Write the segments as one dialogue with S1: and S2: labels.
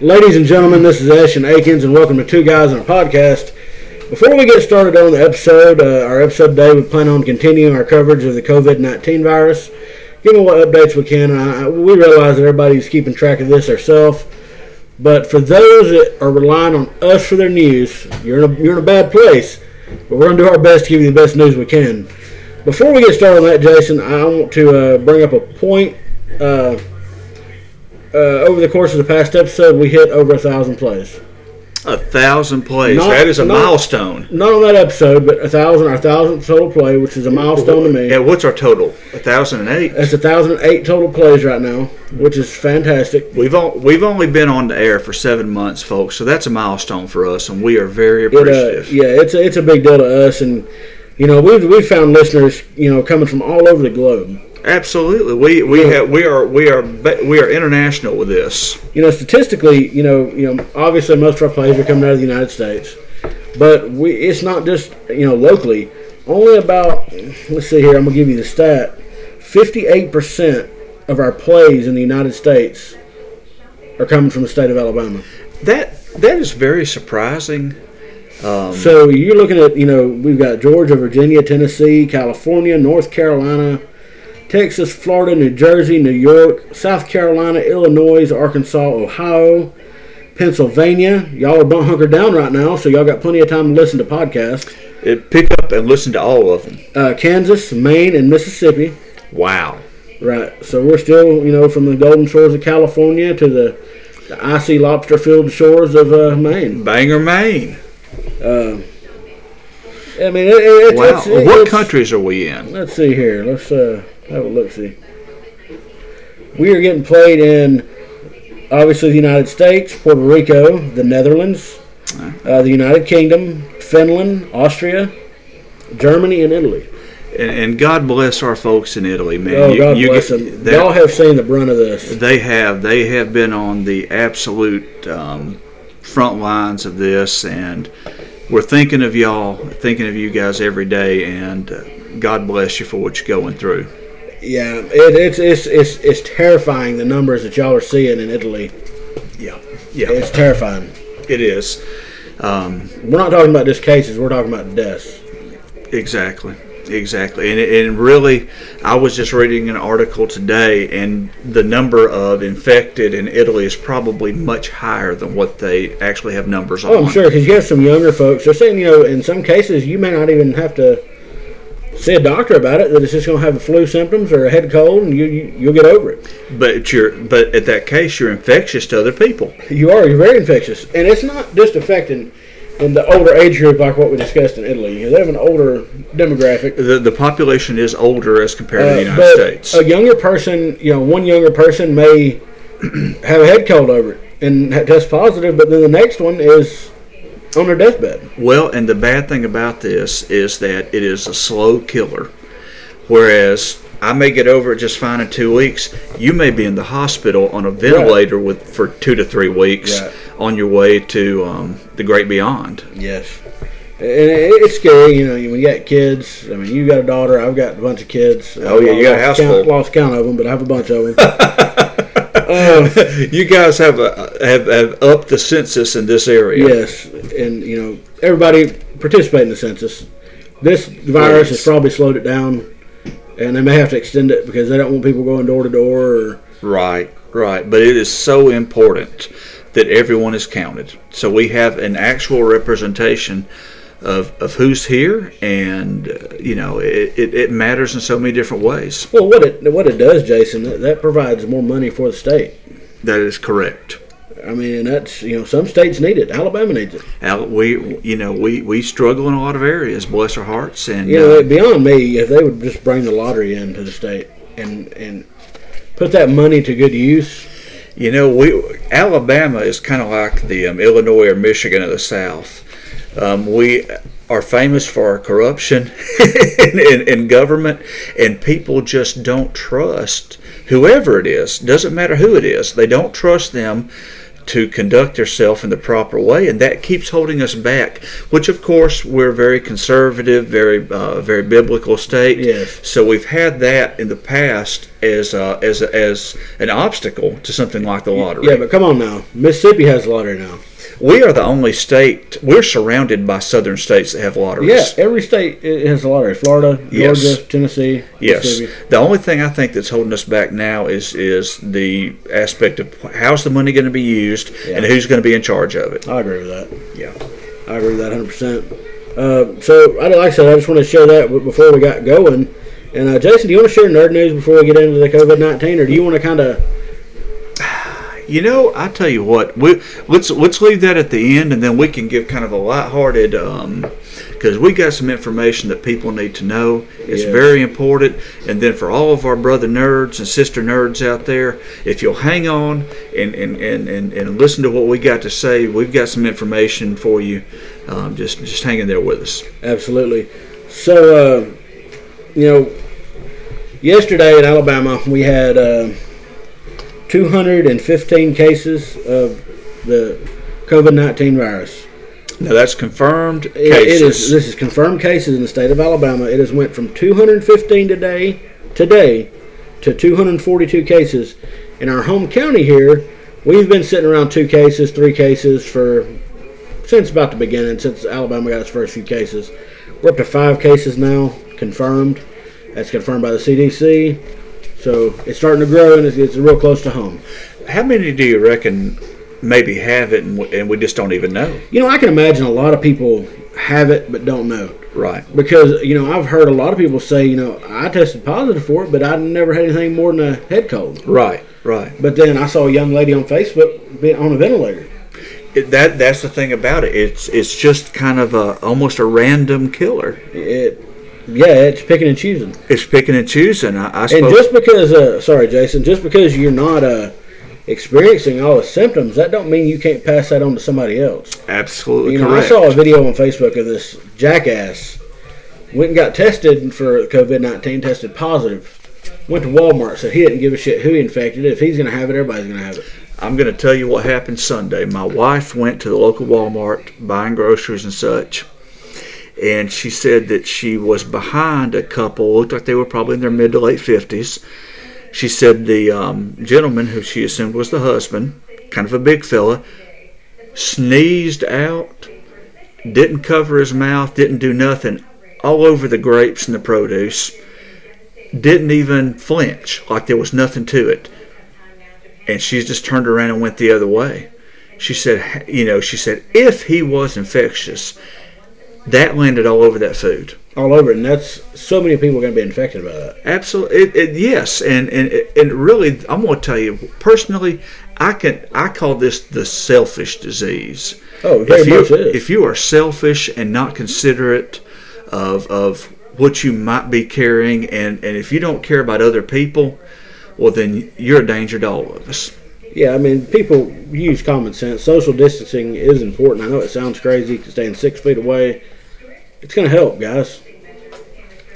S1: Ladies and gentlemen, this is Ash and Akins, and welcome to Two Guys on a Podcast. Before we get started on the episode, uh, our episode today, we plan on continuing our coverage of the COVID 19 virus, giving what updates we can. I, we realize that everybody's keeping track of this ourselves, but for those that are relying on us for their news, you're in a, you're in a bad place. But we're going to do our best to give you the best news we can. Before we get started on that, Jason, I want to uh, bring up a point. Uh, uh, over the course of the past episode, we hit over a thousand plays.
S2: A thousand plays.
S1: Not-
S2: that is a
S1: not-
S2: milestone.
S1: Not on that episode, but a thousand or a thousand total play, which is a milestone to
S2: Yeah,
S1: me.
S2: what's our total? A thousand and eight.
S1: That's a thousand and eight total plays right now, which is fantastic.
S2: We've all, we've only been on the air for seven months, folks. So that's a milestone for us, and we are very
S1: It,
S2: appreciative.
S1: uh, yeah, it's a, it's a big deal to us, and you know we've we've found listeners you know coming from all over the globe.
S2: Absolutely, we we
S1: Yeah.
S2: have we are we are ba- we are international with this.
S1: you know, statistically, you know, you know, obviously most of our players are coming out of the United States, but we it's not just you know locally. Only about let's see here, I'm gonna give you the stat: 58 percent of our plays in the United States are coming from the state of Alabama.
S2: That that is very surprising. Um,
S1: So you're looking at you know we've got Georgia, Virginia, Tennessee, California, North Carolina. Texas, Florida, New Jersey, New York, South Carolina, Illinois, Arkansas, Ohio, Pennsylvania. Y'all are bunk hunkered down right now, so y'all got plenty of time to listen to podcasts.
S2: it, Uh, pick up and listen to all of them.
S1: Uh, Kansas, Maine, and Mississippi.
S2: Wow.
S1: Right, so we're still, you know, from the golden shores of California to the, the icy lobster-filled shores of uh, Maine.
S2: Bangor, Maine.
S1: Uh, I mean, it, it, it's,
S2: Wow.
S1: it's- it's-
S2: what countries are we in?
S1: Let's see here. Let's uh, have a look. See, we are getting played in obviously the United States, Puerto Rico, the Netherlands, uh, the United Kingdom, Finland, Austria, Germany, and Italy.
S2: And, and God bless our folks in Italy, man.
S1: Oh God bless
S2: get-
S1: them.
S2: they're-
S1: Y'all have seen the brunt of this.
S2: They have. They have been on the absolute um, front lines of this, and we're thinking of y'all, thinking of you guys every day, and uh, God bless you for what you're going through.
S1: Yeah, it, it's, it's it's it's terrifying the numbers that y'all are seeing in Italy.
S2: Yeah, yeah,
S1: It's terrifying.
S2: it is. Um,
S1: We're not talking about just cases. We're talking about deaths.
S2: exactly, exactly. And, and really, I was just reading an article today, and the number of infected in Italy is probably much higher than what they actually have numbers on.
S1: Oh, I'm sure because you have some younger folks. They're saying, you know, in some cases you may not even have to see a doctor about it. That it's just going to have flu symptoms or a head cold, and you, you you'll get over it.
S2: But you're, but at that case, you're infectious to other people.
S1: You are you're very infectious, and it's not just affecting in the older age group like what we discussed in Italy. They have an older demographic.
S2: The, the population is older as compared to the
S1: Uh,
S2: United
S1: but
S2: States.
S1: a younger person, you know, one younger person may have a head cold over it and ha- test positive, but then the next one is on their deathbed.
S2: well, and the bad thing about this is that it is a slow killer. Whereas I may get over it just fine in two weeks, you may be in the hospital on a ventilator with for two to three weeks
S1: Right.
S2: on your way to um, the great beyond.
S1: Yes. And it- it's scary, you know, when you got kids. I mean, you got a daughter. I've got a bunch of kids.
S2: Oh, yeah, you got
S1: Lost
S2: a house
S1: count,
S2: full.
S1: Lost count of them, but I have a bunch of Uh, them.
S2: you guys have, a, have have upped the census in this area.
S1: yes, and you know, everybody participate in the census. This virus has
S2: Yes.
S1: probably slowed it down, and they may have to extend it because they don't want people going door to door. Or
S2: Right, right. But it is so important that everyone is counted. So we have an actual representation of, of who's here, and, uh, you know, it, it, it matters in so many different ways.
S1: well, what it what it does, Jason, that, that provides more money for the state.
S2: That is correct.
S1: I mean, and that's you know, some states need it. Alabama needs it.
S2: Al- We, you know, we, we struggle in a lot of areas, bless our hearts. And
S1: You know,
S2: uh,
S1: beyond me, if they would just bring the lottery into the state and and put that money to good use,
S2: You know, we Alabama is kind of like the um, Illinois or Michigan of the South. Um, we are famous for our corruption in, in, in government, and people just don't trust whoever it is. Doesn't matter who it is, they don't trust them to conduct yourself in the proper way, and that keeps holding us back. Which, of course, we're a very conservative, very uh, very biblical state.
S1: Yes.
S2: So we've had that in the past as uh, as as an obstacle to something like the lottery.
S1: Yeah, but come on now. Mississippi has the lottery now.
S2: we are the only state. We're surrounded by southern states that have lotteries.
S1: Yeah, every state i- has a lottery. Florida, Georgia,
S2: Yes.
S1: Tennessee,
S2: Yes.
S1: Mississippi.
S2: The only thing I think that's holding us back now is is the aspect of how's the money going to be used and
S1: Yeah.
S2: who's going to be in charge of it.
S1: I agree with that.
S2: Yeah.
S1: I agree with that 100. percent uh, So, I like I said, I just want to share that w- before we got going. And uh, Jason, do you want to share nerd news before we get into the COVID 19, or do you want to kind of?
S2: You know, I tell you what, we, let's let's leave that at the end, and then we can give kind of a lighthearted because we got some information that people need to know. It's
S1: Yes.
S2: very important, and then for all of our brother nerds and sister nerds out there, if you'll hang on and and, and, and, and listen to what we got to say, we've got some information for you. Um, just just hang in there with us.
S1: Absolutely. So, uh, you know, yesterday in Alabama, we had uh, 215 cases of the COVID 19 virus.
S2: Now that's confirmed
S1: It, it is.
S2: cases.
S1: This is confirmed cases in the state of Alabama. It has went from 215 today, today, to 242 cases. In our home county here, we've been sitting around two cases, three cases for since about the beginning, since Alabama got its first few cases. We're up to five cases now confirmed. That's confirmed by the CDC. So it's starting to grow and it's, it's real close to home.
S2: How many do you reckon maybe have it, and we, and we just don't even know?
S1: You know, I can imagine a lot of people have it but don't know.
S2: Right.
S1: because you know I've heard a lot of people say you know I tested positive for it, but I never had anything more than a head cold.
S2: Right. Right.
S1: But then I saw a young lady on Facebook be- on a ventilator.
S2: It- that that's the thing about it. It's it's just kind of a almost a random killer.
S1: It, yeah, it's picking and choosing.
S2: It's picking and choosing. I, I
S1: And
S2: suppose.
S1: just because, uh, sorry, Jason, just because you're not uh, experiencing all the symptoms, that don't mean you can't pass that on to somebody else.
S2: absolutely
S1: You know, I
S2: correct.
S1: saw a video on Facebook of this jackass went and got tested for COVID nineteen, tested positive. Went to Walmart, said he didn't give a shit who he infected. If he's gonna have it, everybody's gonna have it.
S2: I'm going to tell you what happened Sunday. My wife went to the local Walmart buying groceries and such, and she said that she was behind a couple. Looked like they were probably in their mid to late fifties. She said the um, gentleman who she assumed was the husband, kind of a big fella, sneezed out, didn't cover his mouth, didn't do nothing, all over the grapes and the produce, didn't even flinch, like there was nothing to it. And she just turned around and went the other way. She said, you know, she said, if he was infectious, that landed all over that food.
S1: all over, it, and that's so many people are going to be infected by that.
S2: Absolutely, it, it, yes, and, and and really, I'm going to tell you personally, I can I call this the selfish disease.
S1: Oh, very
S2: If you
S1: much is.
S2: if you are selfish and not considerate of of what you might be carrying, and and if you don't care about other people, well then you're a danger to all of us.
S1: yeah, I mean, people use common sense. Social distancing is important. I know it sounds crazy, staying six feet away. It's going to help, guys.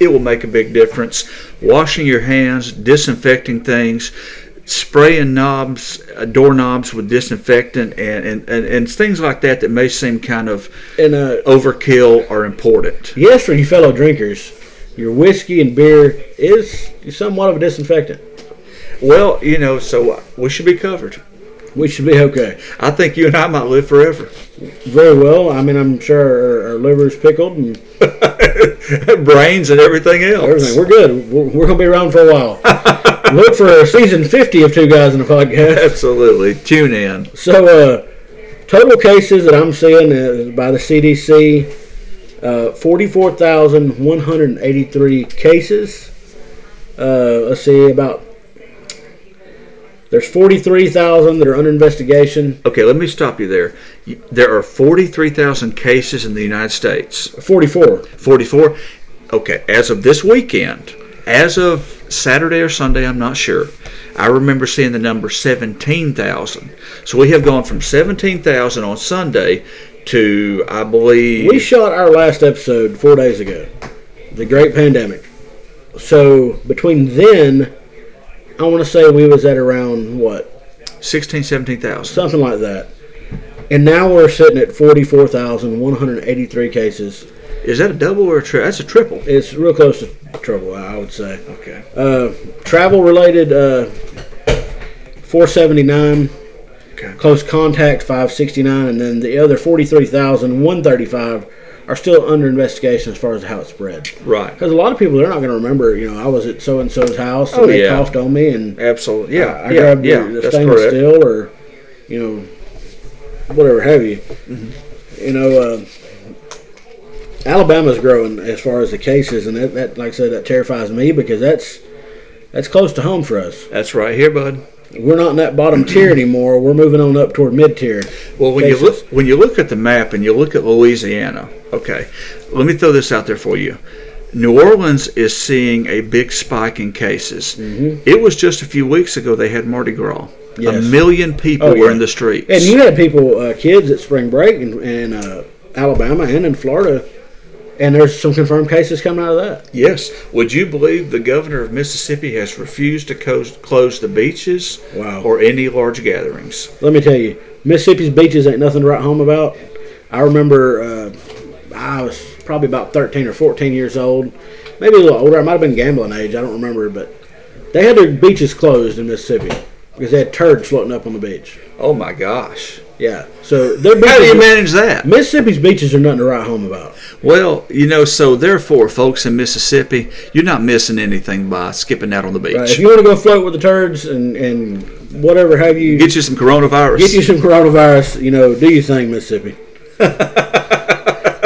S2: It will make a big difference. Washing your hands, disinfecting things, spraying knobs, uh, doorknobs with disinfectant, and, and, and, and things like that that may seem kind of
S1: And uh,
S2: overkill are important.
S1: yes, for you fellow drinkers, your whiskey and beer is somewhat of a disinfectant.
S2: Well, you know, so we should be covered.
S1: We should be okay.
S2: I think you and I might live forever.
S1: Very well. I mean, I'm sure our, our liver's pickled and
S2: Brains and everything else.
S1: everything. We're good. We're, we're going to be around for a while. Look for season 50 of Two Guys in a Podcast.
S2: Absolutely. Tune in.
S1: So, uh, total cases that I'm seeing uh, by the CDC, uh, 44,183 cases. Uh, let's see, about there's 43,000 that are under investigation.
S2: Okay, let me stop you there. You- There are 43,000 cases in the United States.
S1: 44.
S2: 44. Okay, as of this weekend, as of Saturday or Sunday, I'm not sure. I remember seeing the number 17,000. So we have gone from 17,000 on Sunday to, I believe.
S1: We shot our last episode four days ago, the Great Pandemic. So between then, I want to say we was at around what
S2: 16, 17,000.
S1: something like that. And now we're sitting at 44,183 cases.
S2: Is that a double or a triple? That's a triple.
S1: It's real close to trouble, I would say.
S2: Okay.
S1: Uh, travel related, uh, 479.
S2: Okay.
S1: Close contact, 569. And then the other 43,135 are still under investigation as far as how it spread.
S2: Right.
S1: Because a lot of people, they're not going to remember, you know, I was at so and so's house and
S2: Oh,
S1: they
S2: yeah.
S1: coughed on me and
S2: Absolutely. Yeah.
S1: I
S2: yeah.
S1: grabbed
S2: yeah.
S1: the, the
S2: That's
S1: stainless
S2: correct.
S1: steel or, you know, whatever have you.
S2: Mm-hmm.
S1: You know, uh, Alabama's growing as far as the cases, and that, that, like I said, that terrifies me because that's that's close to home for us.
S2: That's right here, bud.
S1: We're not in that bottom tier anymore. We're moving on up toward mid tier.
S2: Well, when
S1: cases.
S2: you look when you look at the map and you look at Louisiana, okay, let me throw this out there for you. New Orleans is seeing a big spike in cases. It was just a few weeks ago they had Mardi Gras. A
S1: Mm-hmm. Yes.
S2: million people
S1: Oh,
S2: were
S1: yeah.
S2: in the streets.
S1: And you had people, uh, kids at spring break in, in uh, Alabama and in Florida, and there's some confirmed cases coming out of that.
S2: yes. Would you believe the governor of Mississippi has refused to co- close the beaches
S1: Wow.
S2: or any large gatherings?
S1: Let me tell you, Mississippi's beaches ain't nothing to write home about. I remember uh, I was probably about 13 or 14 years old, maybe a little older. I might have been gambling age. I don't remember, but they had their beaches closed in Mississippi because they had turds floating up on the beach.
S2: Oh my gosh.
S1: Yeah, so their beaches,
S2: How do you manage that?
S1: Mississippi's beaches are nothing to write home about.
S2: Well, you know, so therefore, folks in Mississippi, you're not missing anything by skipping out on the beach.
S1: Uh, if you want to go float with the turds and and whatever have you,
S2: Get you some coronavirus.
S1: get you some coronavirus. You know, do your thing, Mississippi.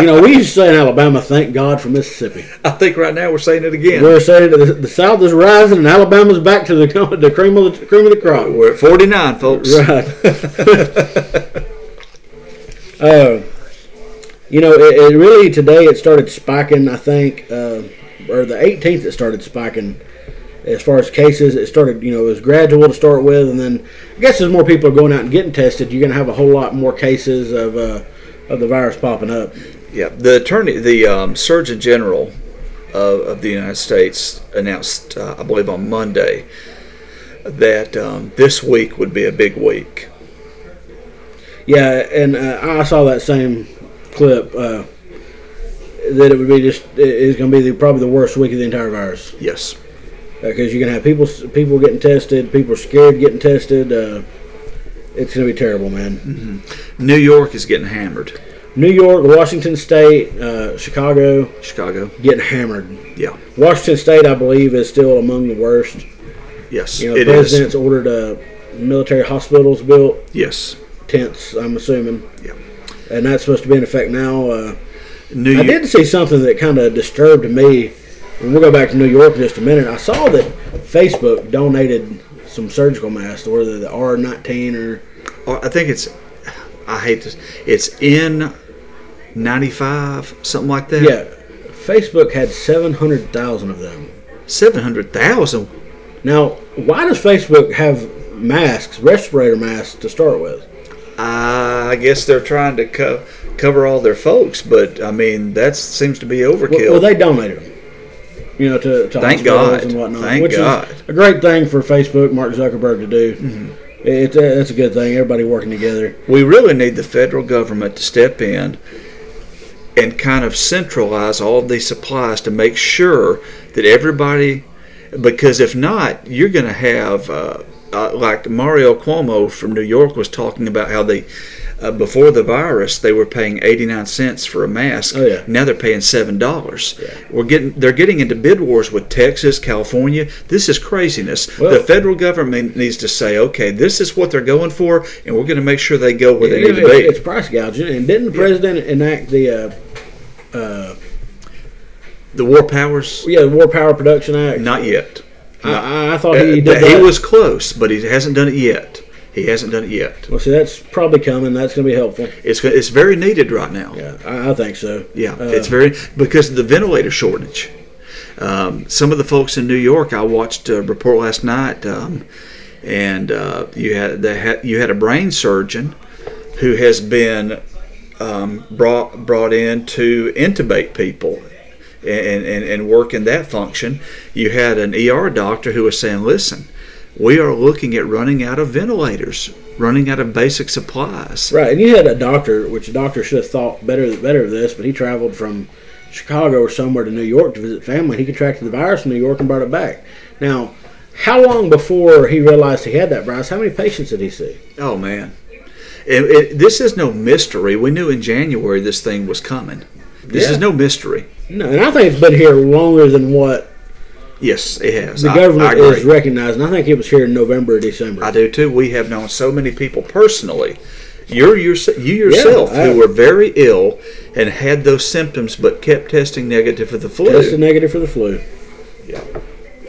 S1: you know, we used to say in Alabama, "Thank God for Mississippi."
S2: I think right now we're saying it again. We're,
S1: We're saying that the, the South is rising and Alabama's back to the co- the cream of the cream of the crop.
S2: at 49, folks.
S1: Right. uh, you know, it, it really today it started spiking. I think, uh, or the 18th it started spiking. As far as cases, it started. You know, it was gradual to start with, and then I guess as more people are going out and getting tested, you're going to have a whole lot more cases of uh, of the virus popping up.
S2: Yeah. The attorney, the um, Surgeon General of, of the United States announced, uh, I believe, on Monday that um, this week would be a big week.
S1: Yeah, and uh, I saw that same clip uh, that it would be just it- it's going to be the, probably the worst week of the entire virus Uh,
S2: Yes.
S1: because you're going to have people people getting tested, people are scared getting tested. Uh, it's going to be terrible,
S2: Mm-hmm.
S1: man.
S2: New York is getting hammered.
S1: New York, Washington State, uh, Chicago
S2: Chicago.
S1: getting hammered.
S2: Yeah.
S1: Washington State, I believe, is still among the worst.
S2: Yes.
S1: You know, the
S2: it is.
S1: president's ordered uh, military hospitals built,
S2: Yes.
S1: tents. I'm assuming,
S2: Yeah.
S1: and that's supposed to be in effect now. Uh,
S2: New
S1: I
S2: York.
S1: did see something that kind of disturbed me. And we'll go back to New York in just a minute. I saw that Facebook donated some surgical masks, whether the R19 or
S2: or I think it's, I hate this, it's N95, something like that.
S1: yeah, Facebook had 700,000 of them.
S2: 700,000.
S1: Now, why does Facebook have masks, respirator masks to start with?
S2: I guess they're trying to co- cover all their folks, but I mean, that seems to be
S1: Well,
S2: overkill.
S1: well, they donated them. You know, to, to
S2: Thank
S1: hospitals
S2: God.
S1: and whatnot,
S2: Thank
S1: which
S2: God. Mm-hmm.
S1: is a great thing for Facebook, Mark Zuckerberg to do. It, it's a good thing. Everybody working together.
S2: we really need the federal government to step in and kind of centralize all these supplies to make sure that everybody, because if not, you're going to have, uh, uh, like Mario Cuomo from New York was talking about how they. Uh, before the virus, they were paying 89 cents for a mask.
S1: Oh, yeah.
S2: Now they're paying seven dollars. We're getting they're getting into bid wars with Texas, California. This is craziness.
S1: Well-
S2: the federal government needs to say, okay, this is what they're going for, and we're going to make sure they go where they
S1: It-
S2: need to
S1: it's,
S2: be.
S1: it's price gouging. And didn't the president enact the uh,
S2: the war powers,
S1: yeah War Power Production Act?
S2: not yet.
S1: I, I- I thought
S2: Uh,
S1: Oh, he
S2: he,
S1: did that.
S2: was close, but he hasn't done it yet. He hasn't done it yet.
S1: well, see, that's probably coming. That's going to be helpful.
S2: It's it's very needed right now.
S1: Yeah, I, I think so.
S2: Yeah,
S1: Uh,
S2: it's very because of the ventilator shortage. Um, some of the folks in New York, I watched a report last night, um, and uh, you had they had you had a brain surgeon who has been um, brought brought in to intubate people E and, and and work in that function. You had an ER doctor who was saying, "Listen, we are looking at running out of ventilators, running out of basic supplies.
S1: Right, and you had a doctor, which a doctor should have thought better better of this, but he traveled from Chicago or somewhere to New York to visit family. He contracted the virus in New York and brought it back. Now, how long before he realized he had that virus? How many patients did he see?
S2: Oh man, It- it- this is no mystery. We knew in January this thing was coming. This
S1: Yeah.
S2: is no mystery.
S1: No, and I think it's been here longer than what
S2: Yes, it has.
S1: the
S2: I- I
S1: government
S2: agree.
S1: is recognizing. I think it was here in November or December.
S2: I do too. We have known so many people personally. You're yourse- you yourself
S1: I-
S2: who were very ill and had those symptoms, but kept testing negative for the flu.
S1: Tested negative for the flu.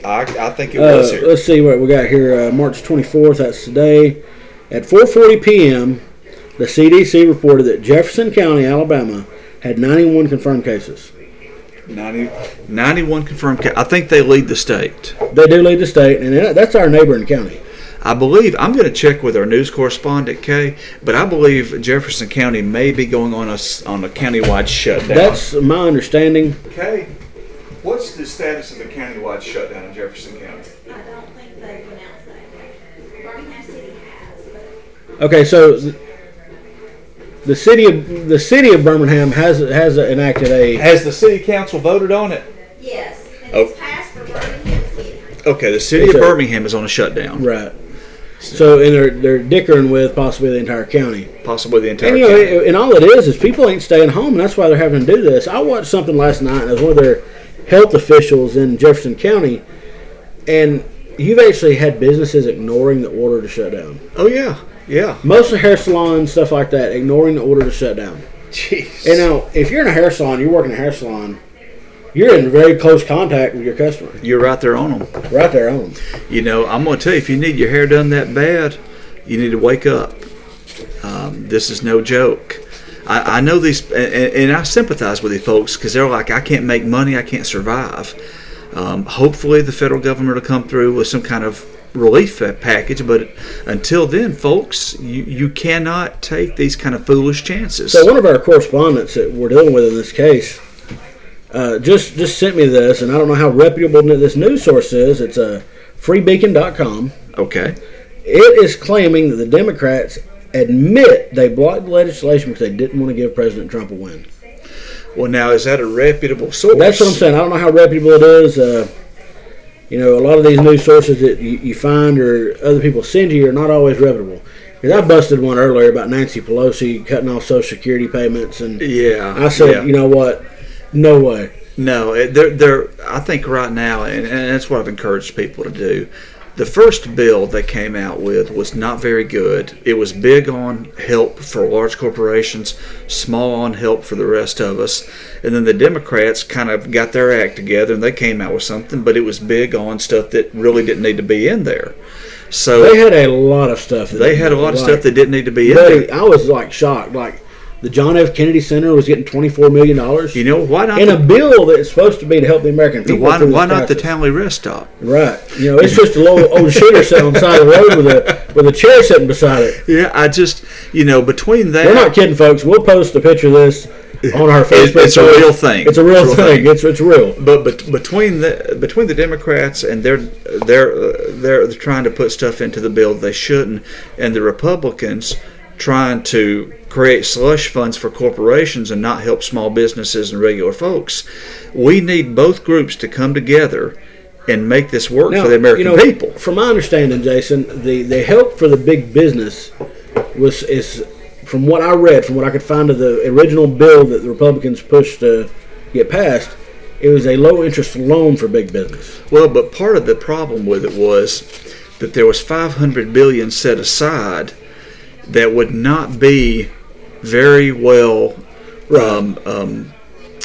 S2: I, I think it
S1: Uh,
S2: was here.
S1: let's see what we got here. Uh, March 24th, that's today. At 4:40 p.m., the CDC reported that Jefferson County, Alabama, had 91 confirmed cases.
S2: 90, 91 confirmed. Ca- I think they lead the state.
S1: They do lead the state, and that- that's our neighboring county.
S2: I believe I'm going to check with our news correspondent Kay, but I believe Jefferson County may be going on a s- on a countywide shutdown.
S1: That's my understanding.
S2: Kay. What's the status of the countywide shutdown in Jefferson County?
S3: I don't think they went outside. Birmingham City has, but
S1: Okay, so th- the city of the city of Birmingham has has enacted a
S2: Has the city council voted on it?
S3: yes, and
S2: Oh.
S3: it's passed for Birmingham City.
S2: Okay, the city
S1: It's
S2: of
S1: a-
S2: Birmingham is on a shutdown,
S1: right. So and they're they're dickering with possibly the entire county.
S2: possibly the entire
S1: And you know,
S2: county.
S1: and all it is is people ain't staying home, and that's why they're having to do this. I watched something last night, and it was one of their health officials in Jefferson County, and you've actually had businesses ignoring the order to shut down.
S2: oh yeah, yeah.
S1: Mostly hair salons, stuff like that, ignoring the order to shut down.
S2: Jeez.
S1: And now, if you're in a hair salon, you're working a hair salon, you're in very close contact with your customer,
S2: You're right there on them.
S1: right there on.
S2: You know, I'm going to tell you, if you need your hair done that bad, you need to wake up. Um, this is no joke. I, I know these, and, and I sympathize with these folks because they're like, I can't make money, I can't survive. Um, hopefully, the federal government will come through with some kind of relief fa- package, but until then, folks, you, you cannot take these kind of foolish chances.
S1: So one of our correspondents that we're dealing with in this case uh, just just sent me this, and I don't know how reputable this news source is. It's uh, a freebeacon.com.
S2: okay.
S1: It is claiming that the Democrats admit they blocked legislation because they didn't want to give President Trump a win.
S2: Well, now, is that a reputable source?
S1: That's what I'm saying. I don't know how reputable it is. Uh, you know, a lot of these news sources that you, you find or other people send you are not always reputable. 'Cause I busted one earlier about Nancy Pelosi cutting off Social Security payments, and
S2: Yeah.
S1: I said,
S2: yeah.
S1: you know what? No way.
S2: No, it- they're, they're, I think right now, and, and that's what I've encouraged people to do. The first bill they came out with was not very good. It was big on help for large corporations, small on help for the rest of us. And then the Democrats kind of got their act together and they came out with something, but it was big on stuff that really didn't need to be in there. So
S1: They
S2: they,
S1: had a lot of stuff. that-
S2: had a lot of
S1: like,
S2: stuff that didn't need to be in
S1: buddy,
S2: there.
S1: I was like shocked. Like the John F. Kennedy Center was getting twenty four million dollars
S2: You know, why not?
S1: in a
S2: The,
S1: bill that's supposed to be to help the American people.
S2: why
S1: through this
S2: why not the
S1: crisis.
S2: Townley rest stop?
S1: Right. You know, it's just a little old shooter sitting on the side of the road with a with a chair sitting beside it.
S2: Yeah, I just, you know, between that.
S1: We're not kidding, folks. We'll post a picture of this on our
S2: It-
S1: Facebook.
S2: it's a
S1: page.
S2: real thing.
S1: It's a real thing. It's it's real.
S2: But, but between the between the Democrats and they're they're uh, they're trying to put stuff into the bill they shouldn't, and the Republicans trying to create slush funds for corporations and not help small businesses and regular folks, we need both groups to come together and make this work
S1: Now,
S2: for the American
S1: you know,
S2: people.
S1: From my understanding, Jason, the the help for the big business was is from what I read, from what I could find of the original bill that the Republicans pushed to get passed, it was a low interest loan for big business.
S2: Well, but part of the problem with it was that there was 500 billion set aside that would not be very well um, um,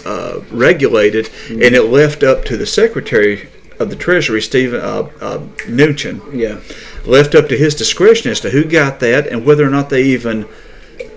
S2: uh, regulated, and it left up to the Secretary of the Treasury, Stephen uh, uh, Mnuchin,
S1: Yeah.
S2: left up to his discretion as to who got that and whether or not they even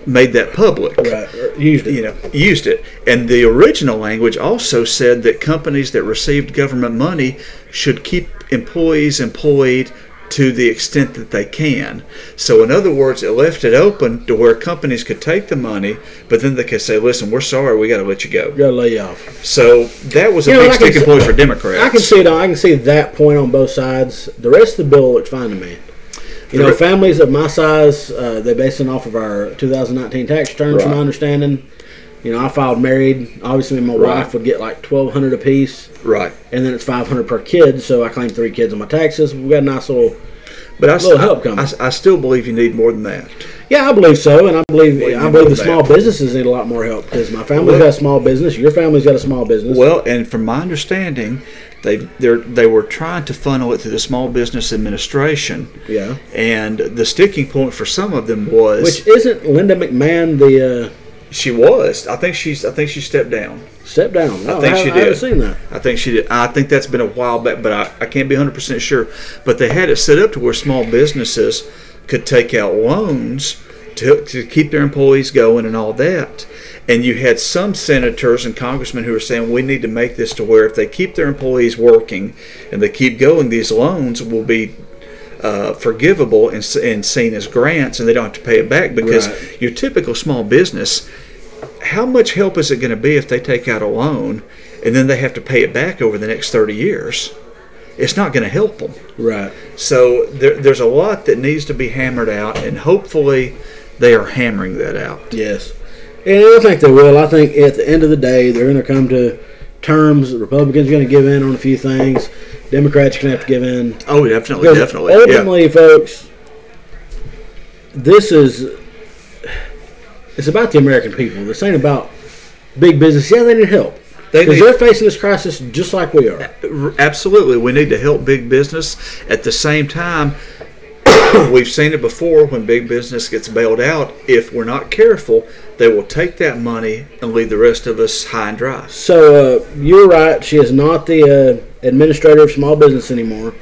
S2: made that public
S1: Right. or Used it.
S2: you know, used it. And the original language also said that companies that received government money should keep employees employed to the extent that they can. So, in other words, it left it open to where companies could take the money, but then they could say, "Listen, we're sorry, we got to let you go."
S1: Gotta lay you off.
S2: So that was a
S1: You know,
S2: big
S1: I can
S2: sticking
S1: see-
S2: point for Democrats.
S1: I can see it. I can see that point on both sides. The rest of the bill looks fine to me. You know,
S2: The-
S1: families of my size, uh, they base it off of our 2019 tax returns, from
S2: Right.
S1: my understanding. You know, I filed married. Obviously, my
S2: Right.
S1: wife would get like 1,200 apiece,
S2: right.
S1: and then it's 500 per kid. So I claim three kids on my taxes. We got a nice little.
S2: But I, s-
S1: Little help coming.
S2: I s- I still believe you need more than that.
S1: Yeah, I believe so, and I believe
S2: Well, you
S1: I believe
S2: know
S1: the small
S2: that.
S1: businesses need a lot more help because my family's
S2: Well-
S1: got a small business. Your family's got a small business.
S2: Well, and from my understanding, they they they were trying to funnel it through the Small Business Administration,
S1: yeah.
S2: and the sticking point for some of them was
S1: Which isn't Linda McMahon the uh,
S2: she was. I think she's. I think she stepped down.
S1: step down? No,
S2: I think
S1: Oh, I,
S2: she
S1: I
S2: did.
S1: haven't seen that.
S2: I think she did. I think that's been a while back, but I, I can't be 100% sure. But they had it set up to where small businesses could take out loans to, to keep their employees going and all that. And you had some senators and congressmen who were saying, we need to make this to where if they keep their employees working and they keep going, these loans will be uh, forgivable and, s- and seen as grants and they don't have to pay it back because
S1: Right.
S2: your typical small business how much help is it going to be if they take out a loan and then they have to pay it back over the next 30 years? It's not going to help them.
S1: Right.
S2: So there, there's a lot that needs to be hammered out, and hopefully they are hammering that out.
S1: Yes. And I think they will. I think at the end of the day, they're going to come to terms. The Republicans are going to give in on a few things. Democrats are going to have to give in.
S2: Oh, definitely,
S1: Because
S2: definitely. yeah.
S1: Ultimately, folks, this is it's about the American people. This ain't about big business. Yeah, they need help
S2: They
S1: because
S2: need-
S1: they're facing this crisis just like we are.
S2: R- Absolutely, we need to help big business. At the same time, we've seen it before when big business gets bailed out. If we're not careful, they will take that money and leave the rest of us high and dry.
S1: So uh, you're right. She is not the uh, administrator of small business anymore.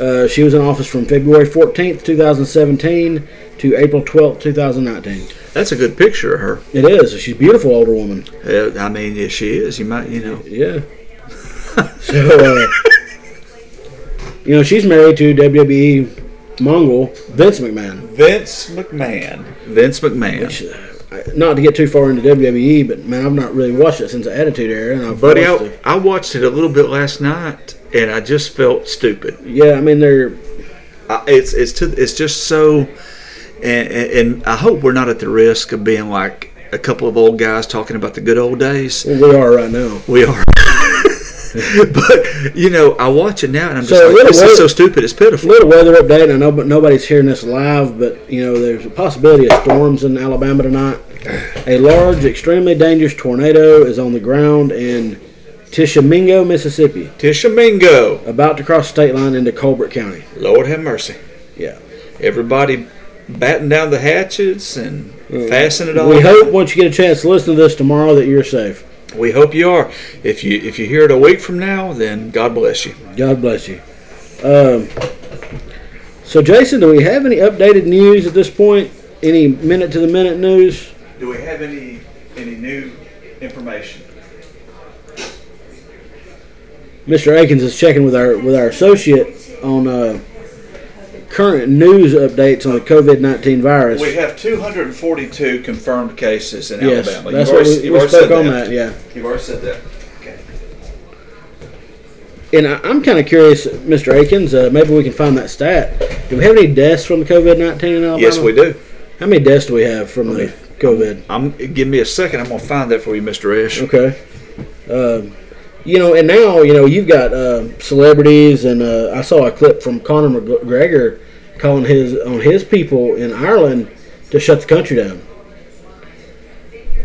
S1: Uh, she was in office from February 14th, 2017 to April 12th, 2019.
S2: That's a good picture of her.
S1: It is. She's a beautiful older woman.
S2: Uh, I mean, if she is, you might, you know.
S1: Yeah. so, uh, you know, she's married to WWE Mongol Vince McMahon.
S2: Vince McMahon. Vince McMahon.
S1: Which, uh, I- not to get too far into WWE, but man, I've not really watched it since the Attitude Era, and I've
S2: Buddy,
S1: watched
S2: I, I watched it a little bit last night, and I just felt stupid.
S1: it. Yeah, I mean they're
S2: I, it's it's to, it's just so, and, and, and I hope we're not at the risk of being like a couple of old guys talking about the good old days.
S1: we are right now.
S2: We are. but you know, I watch it now, and I'm just
S1: So,
S2: like,
S1: really,
S2: this
S1: what-
S2: is so stupid. It's pitiful.
S1: little weather update. I know, but nobody's hearing this live. But you know, there's a possibility of storms in Alabama tonight. A large, extremely dangerous tornado is on the ground in Tishomingo, Mississippi,
S2: Tishomingo.
S1: about to cross state line into Colbert County.
S2: Lord have mercy.
S1: Yeah.
S2: Everybody batting down the hatchets and fasten it all.
S1: Mm. We
S2: down.
S1: hope once you get a chance to listen to this tomorrow that you're safe.
S2: We hope you are. If you if you hear it a week from now, then God bless you.
S1: God bless you. Um, so, Jason, do we have any updated news at this point? Any minute to the minute news?
S2: Do we have any any new information?
S1: Mr. Akins is checking with our with our associate on uh, current news updates on the COVID nineteen virus.
S2: We have 242 confirmed cases in
S1: yes,
S2: Alabama.
S1: that's
S2: You've
S1: what
S2: already-
S1: we,
S2: you've
S1: we
S2: already
S1: spoke
S2: said
S1: on that. Yeah,
S2: You've already said that.
S1: and I, I'm kind of curious, Mr. Akins. Uh, maybe we can find that stat. Do we have any deaths from the COVID nineteen in Alabama?
S2: Yes, we do.
S1: How many deaths do we have from the COVID?
S2: I'm give me a second. I'm gonna find that for you, Mr. Esh.
S1: Okay. Um, you know, and now you know you've got uh, celebrities, and uh, I saw a clip from Conor McGregor calling his on his people in Ireland to shut the country down,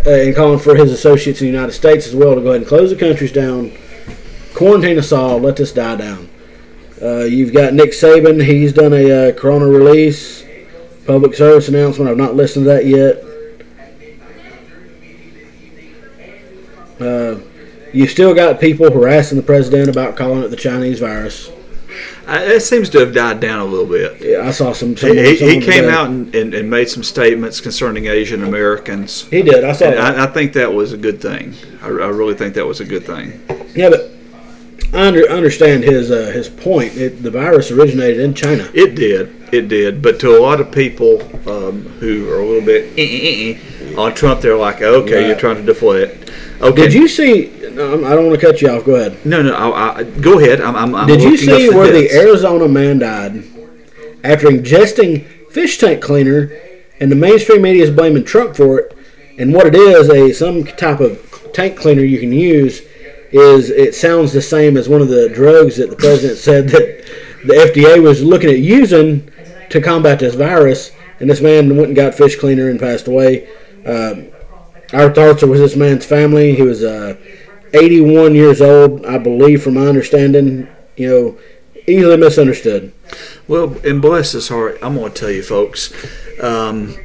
S1: uh, and calling for his associates in the United States as well to go ahead and close the countries down, quarantine us all, let this die down. Uh, you've got Nick Saban; he's done a uh, Corona release, public service announcement. I've not listened to that yet. Uh, you still got people harassing the president about calling it the Chinese virus.
S2: I, it seems to have died down a little bit.
S1: Yeah, I saw some. someone-
S2: He, he
S1: someone
S2: came
S1: today-
S2: out and, and, and made some statements concerning Asian Americans.
S1: He did. I saw.
S2: And
S1: that.
S2: I, I think that was a good thing. I, I really think that was a good thing.
S1: yeah, but I under, understand his uh, his point. It, the virus originated in China.
S2: It did, it did. But to a lot of people um, who are a little bit eh, eh, eh, on Trump, they're like, okay,
S1: Right.
S2: you're trying to deflect. Okay,
S1: Did you see? Um, I don't want to cut you off. Go ahead.
S2: No, no. I, I, go ahead. I'm. I'm, I'm
S1: Did you
S2: looking up
S1: see where the
S2: deaths.
S1: Arizona man died after ingesting fish tank cleaner, and the mainstream media is blaming Trump for it? And what it is, a some type of tank cleaner you can use, is it sounds the same as one of the drugs that the president said that the FDA was looking at using to combat this virus. And this man went and got fish cleaner and passed away. Um, our thoughts are with this man's family. He was uh, 81 years old, I believe, from my understanding. You know, easily misunderstood.
S2: Well, and bless his heart, I'm going to tell you, folks. Um,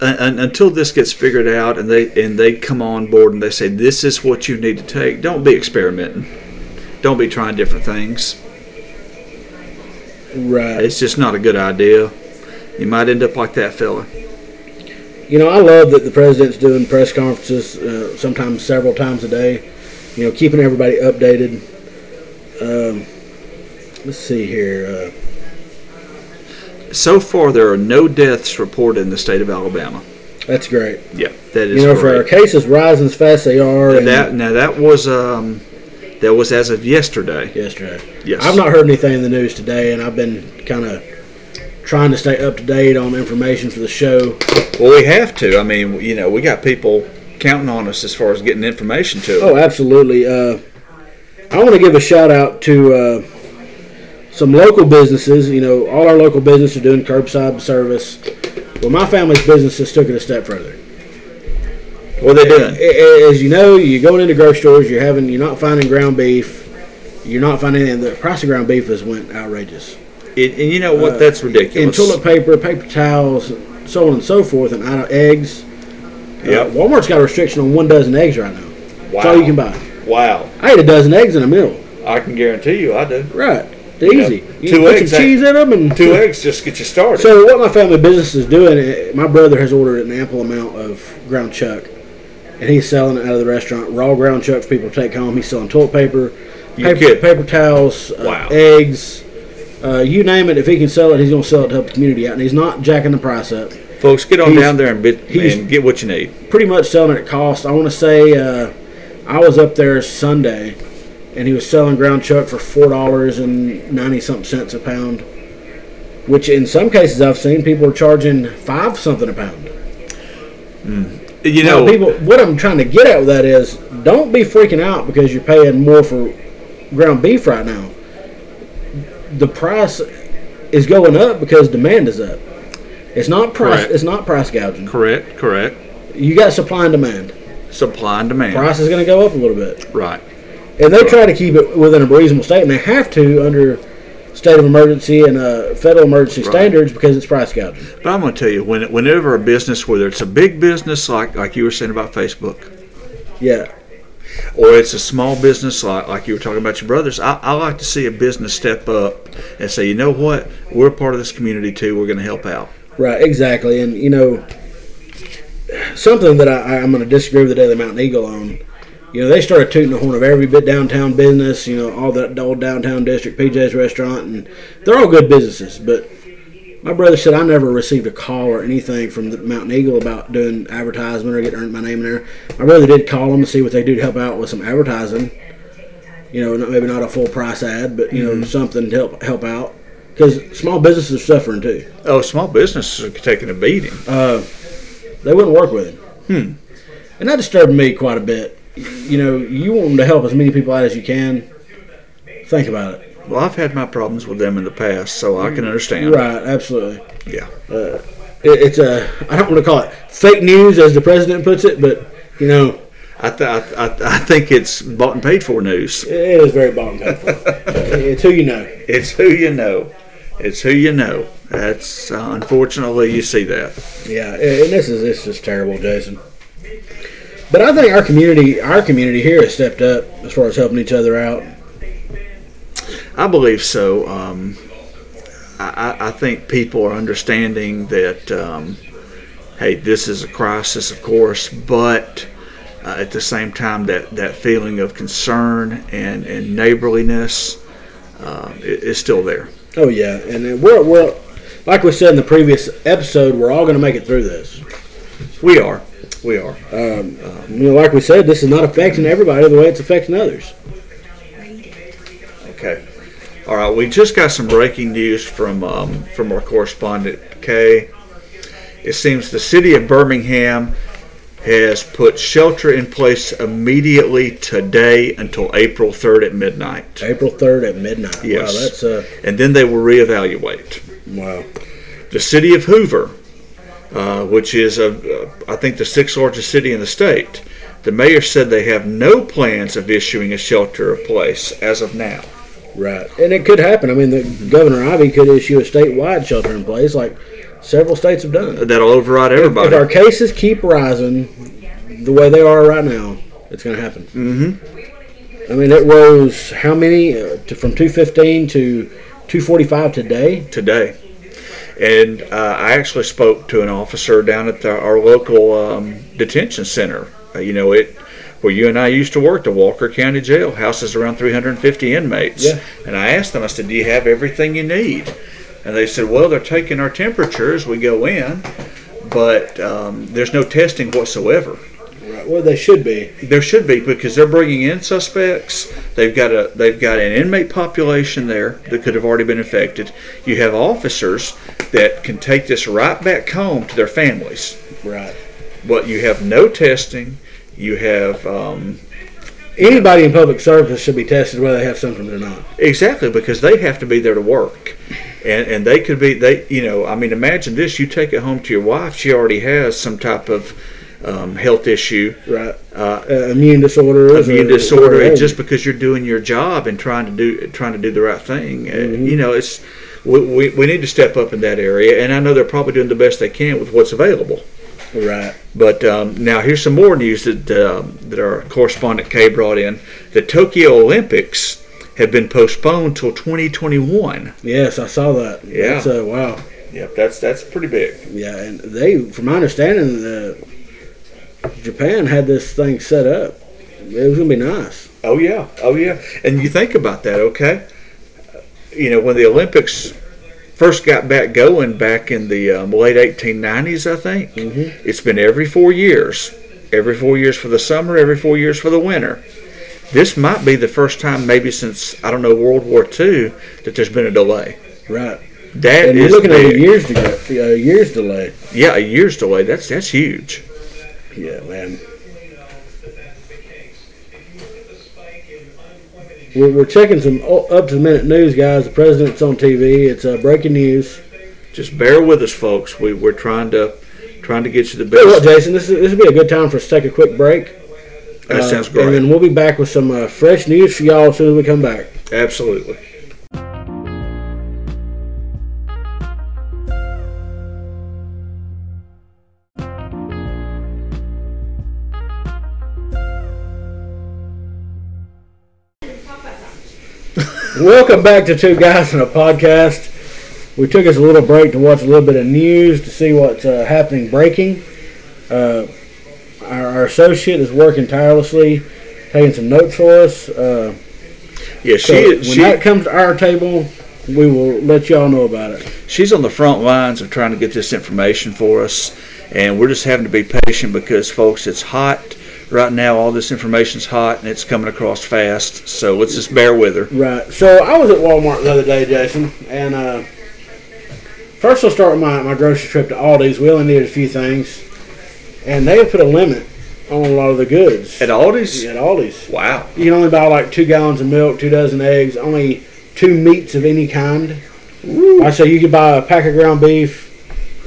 S2: un- un- until this gets figured out, and they and they come on board and they say this is what you need to take. Don't be experimenting. Don't be trying different things.
S1: Right.
S2: It's just not a good idea. You might end up like that fella.
S1: You know, I love that the president's doing press conferences, uh, sometimes several times a day. You know, keeping everybody updated. Um, let's see here. Uh,
S2: So far, there are no deaths reported in the state of Alabama.
S1: that's great.
S2: Yeah, that is
S1: You know, for our
S2: correct.
S1: cases rising as fast as they are.
S2: Now
S1: and-
S2: that now that was um, that was as of yesterday.
S1: yesterday.
S2: Yes.
S1: I've not heard anything in the news today, and I've been kind of trying to stay up to date on information for the show.
S2: Well, we have to. I mean, you know, we got people counting on us as far as getting information to them.
S1: Oh, absolutely. Uh, I want to give a shout out to uh, some local businesses. You know, all our local businesses are doing curbside service. Well, my family's businesses took it a step further.
S2: what are they doing?
S1: A- a- As you know, you're going into grocery stores. You're having you're not finding ground beef. You're not finding and the price of ground beef has went outrageous.
S2: It, and you know what? That's
S1: And
S2: ridiculous.
S1: toilet paper, paper towels, so on and so forth, and I do eggs. Uh,
S2: Yep.
S1: Walmart's got a restriction on one dozen eggs right now. That's all you can buy.
S2: Wow.
S1: I ate a dozen eggs in a meal.
S2: I can guarantee you I do.
S1: Right.
S2: know,
S1: Easy. You
S2: two
S1: put
S2: eggs,
S1: some
S2: ain't-
S1: cheese in them and
S2: Two eggs just get you started.
S1: So what my family business is doing, eh, my brother has ordered an ample amount of ground chuck, and he's selling it out of the restaurant raw ground chuck for people to take home. He's selling toilet paper,
S2: You
S1: paper,
S2: kidding.
S1: paper towels, uh,
S2: Wow.
S1: eggs. Uh, you name it, if he can sell it, he's gonna sell it to help the community out, and he's not jacking the price up.
S2: Folks, get on
S1: He's-
S2: down there and, bit,
S1: he's-
S2: and get what you need.
S1: pretty much selling at cost. I want to say uh, I was up there Sunday, and he was selling ground chuck for four dollars and ninety something cents a pound, which in some cases I've seen people are charging five something a pound.
S2: You
S1: Now,
S2: know,
S1: people, what I'm trying to get at with that is don't be freaking out because you're paying more for ground beef right now. The price is going up because demand is up. It's not price.
S2: Correct.
S1: It's not price gouging.
S2: correct, correct.
S1: You got supply and demand.
S2: Supply and demand.
S1: Price is going to go up a little bit.
S2: Right.
S1: And they try to keep it within a reasonable state, and they have to under state of emergency and uh, federal emergency standards because it's price gouging.
S2: But I'm going to tell you, when, whenever a business, whether it's a big business like like you were saying about Facebook,
S1: Yeah,
S2: or it's a small business like, like you were talking about your brothers, I, I like to see a business step up and say, you know what, we're part of this community too. We're going to help out.
S1: right, exactly. And you know, something that I, I- I'm going to disagree with the Daily Mountain Eagle on. You know, they started tooting the horn of every bit downtown business. You know, all that old downtown district, PJ's restaurant, and they're all good businesses. But my brother said I never received a call or anything from the Mountain Eagle about doing advertisement or getting my name in there. My brother did call them to see what they do to help out with some advertising. You know, not, maybe not a full price ad, but you know something to help help out because small businesses are suffering too.
S2: Oh, small businesses are taking a beating.
S1: Uh, they wouldn't work with him. And that disturbed me quite a bit. You know, you want them to help as many people out as you can. Think about it.
S2: Well, I've had my problems with them in the past, so I can understand.
S1: Right, absolutely.
S2: Yeah.
S1: It, it's a, I don't want to call it fake news as the president puts it, but, you know,
S2: I, th- I, th- I think it's bought and paid for news.
S1: it is very bottom painful. it's who you know.
S2: It's who you know. It's who you know. That's uh, unfortunately you see that.
S1: Yeah, a- and this is this is terrible, Jason. But I think our community, our community here has stepped up as far as helping each other out.
S2: I believe so. Um, I, I- I think people are understanding that. Um, hey, this is a crisis, of course, but uh, at the same time that, that feeling of concern and, and neighborliness uh, i- is still there.
S1: Oh yeah, and then we're we're like we said in the previous episode, we're all going to make it through this.
S2: We are. We are.
S1: You know, like we said, this is not affecting everybody the way it's affecting others.
S2: Okay. All right. We just got some breaking news from um, from our correspondent Kay. It seems the city of Birmingham has put shelter in place immediately today until April 3rd at midnight,
S1: April third at midnight.
S2: Yes.
S1: Wow, that's uh,
S2: and then they will reevaluate.
S1: wow.
S2: The city of Hoover, uh, which is a, uh, I think the sixth largest city in the state, the mayor said they have no plans of issuing a shelter in place as of now.
S1: Right, and it could happen. I mean, the Governor Ivy could issue a statewide shelter in place, like several states have done.
S2: That'll override everybody.
S1: If our cases keep rising the way they are right now, it's going to happen. Mm-hmm. I mean, it rose how many uh, to, from two fifteen to two forty five today.
S2: today. And uh, I actually spoke to an officer down at the, our local um, detention center. Uh, you know, it where you and I used to work, the Walker County Jail, houses around 350 inmates.
S1: Yeah.
S2: And I asked them, I said, "Do you have everything you need?" And they said, "Well, they're taking our temperature as we go in, but um, there's no testing whatsoever."
S1: Right, well, they should be.
S2: There should be because they're bringing in suspects. They've got a they've got an inmate population there that could have already been infected. You have officers that can take this right back home to their families.
S1: Right.
S2: But you have no testing. You have um,
S1: Anybody in public service should be tested whether they have symptoms or not.
S2: exactly because they have to be there to work, and and they could be they you know I mean imagine this you take it home to your wife she already has some type of um, health issue
S1: Right.
S2: uh,
S1: Uh, immune disorders.
S2: immune
S1: or-
S2: disorder
S1: or-
S2: and just because you're doing your job and trying to do trying to do the right thing uh, you know it's we, we, we need to step up in that area and i know they're probably doing the best they can with what's available
S1: Right.
S2: but um, now here's some more news that uh, that our correspondent Kay brought in the tokyo olympics have been postponed till 2021
S1: Yes, I saw that.
S2: Yeah.
S1: That's, uh, wow.
S2: yep that's that's pretty big
S1: Yeah, and they, from my understanding, the Japan had this thing set up. It was gonna be nice.
S2: Oh yeah, oh yeah. And you think about that, okay? You know, when the Olympics first got back going back in the um, late 1890s, I think
S1: Mm-hmm.
S2: it's been every four years, every four years for the summer, every four years for the winter. This might be the first time, maybe since I don't know World War II, that there's been a delay.
S1: Right.
S2: That
S1: and you're
S2: is
S1: looking at a
S2: big.
S1: year's delay. A year's delay.
S2: yeah, a year's delay. That's that's huge.
S1: Yeah, man. We're, we're checking some up to the minute news, guys. The president's on TV. It's uh, breaking news.
S2: Just bear with us, folks. We we're trying to trying to get you the
S1: Tell you what,
S2: best.
S1: Jason, this is, this would be a good time for us to take a quick break.
S2: That
S1: Uh,
S2: sounds
S1: And
S2: great.
S1: then we'll be back with some uh, fresh news for y'all as soon as we come back.
S2: Absolutely.
S1: Welcome back to Two Guys in a Podcast. We took us a little break to watch a little bit of news to see what's uh, happening breaking. Uh, our, our associate is working tirelessly, taking some notes for us. Uh,
S2: Yeah,
S1: so
S2: she
S1: when
S2: she
S1: that comes to our table, we will let y'all know about it.
S2: she's on the front lines of trying to get this information for us and we're just having to be patient because folks it's hot right now all this information's hot and it's coming across fast so let's just bear with her
S1: Right. So I was at Walmart the other day, Jason, and uh, first I'll start with my, my grocery trip to Aldi's. We only needed a few things, and they have put a limit on a lot of the goods
S2: at aldi's
S1: at Aldi's.
S2: wow
S1: You can only buy like two gallons of milk, two dozen eggs, only two meats of any kind. I say you could buy a pack of ground beef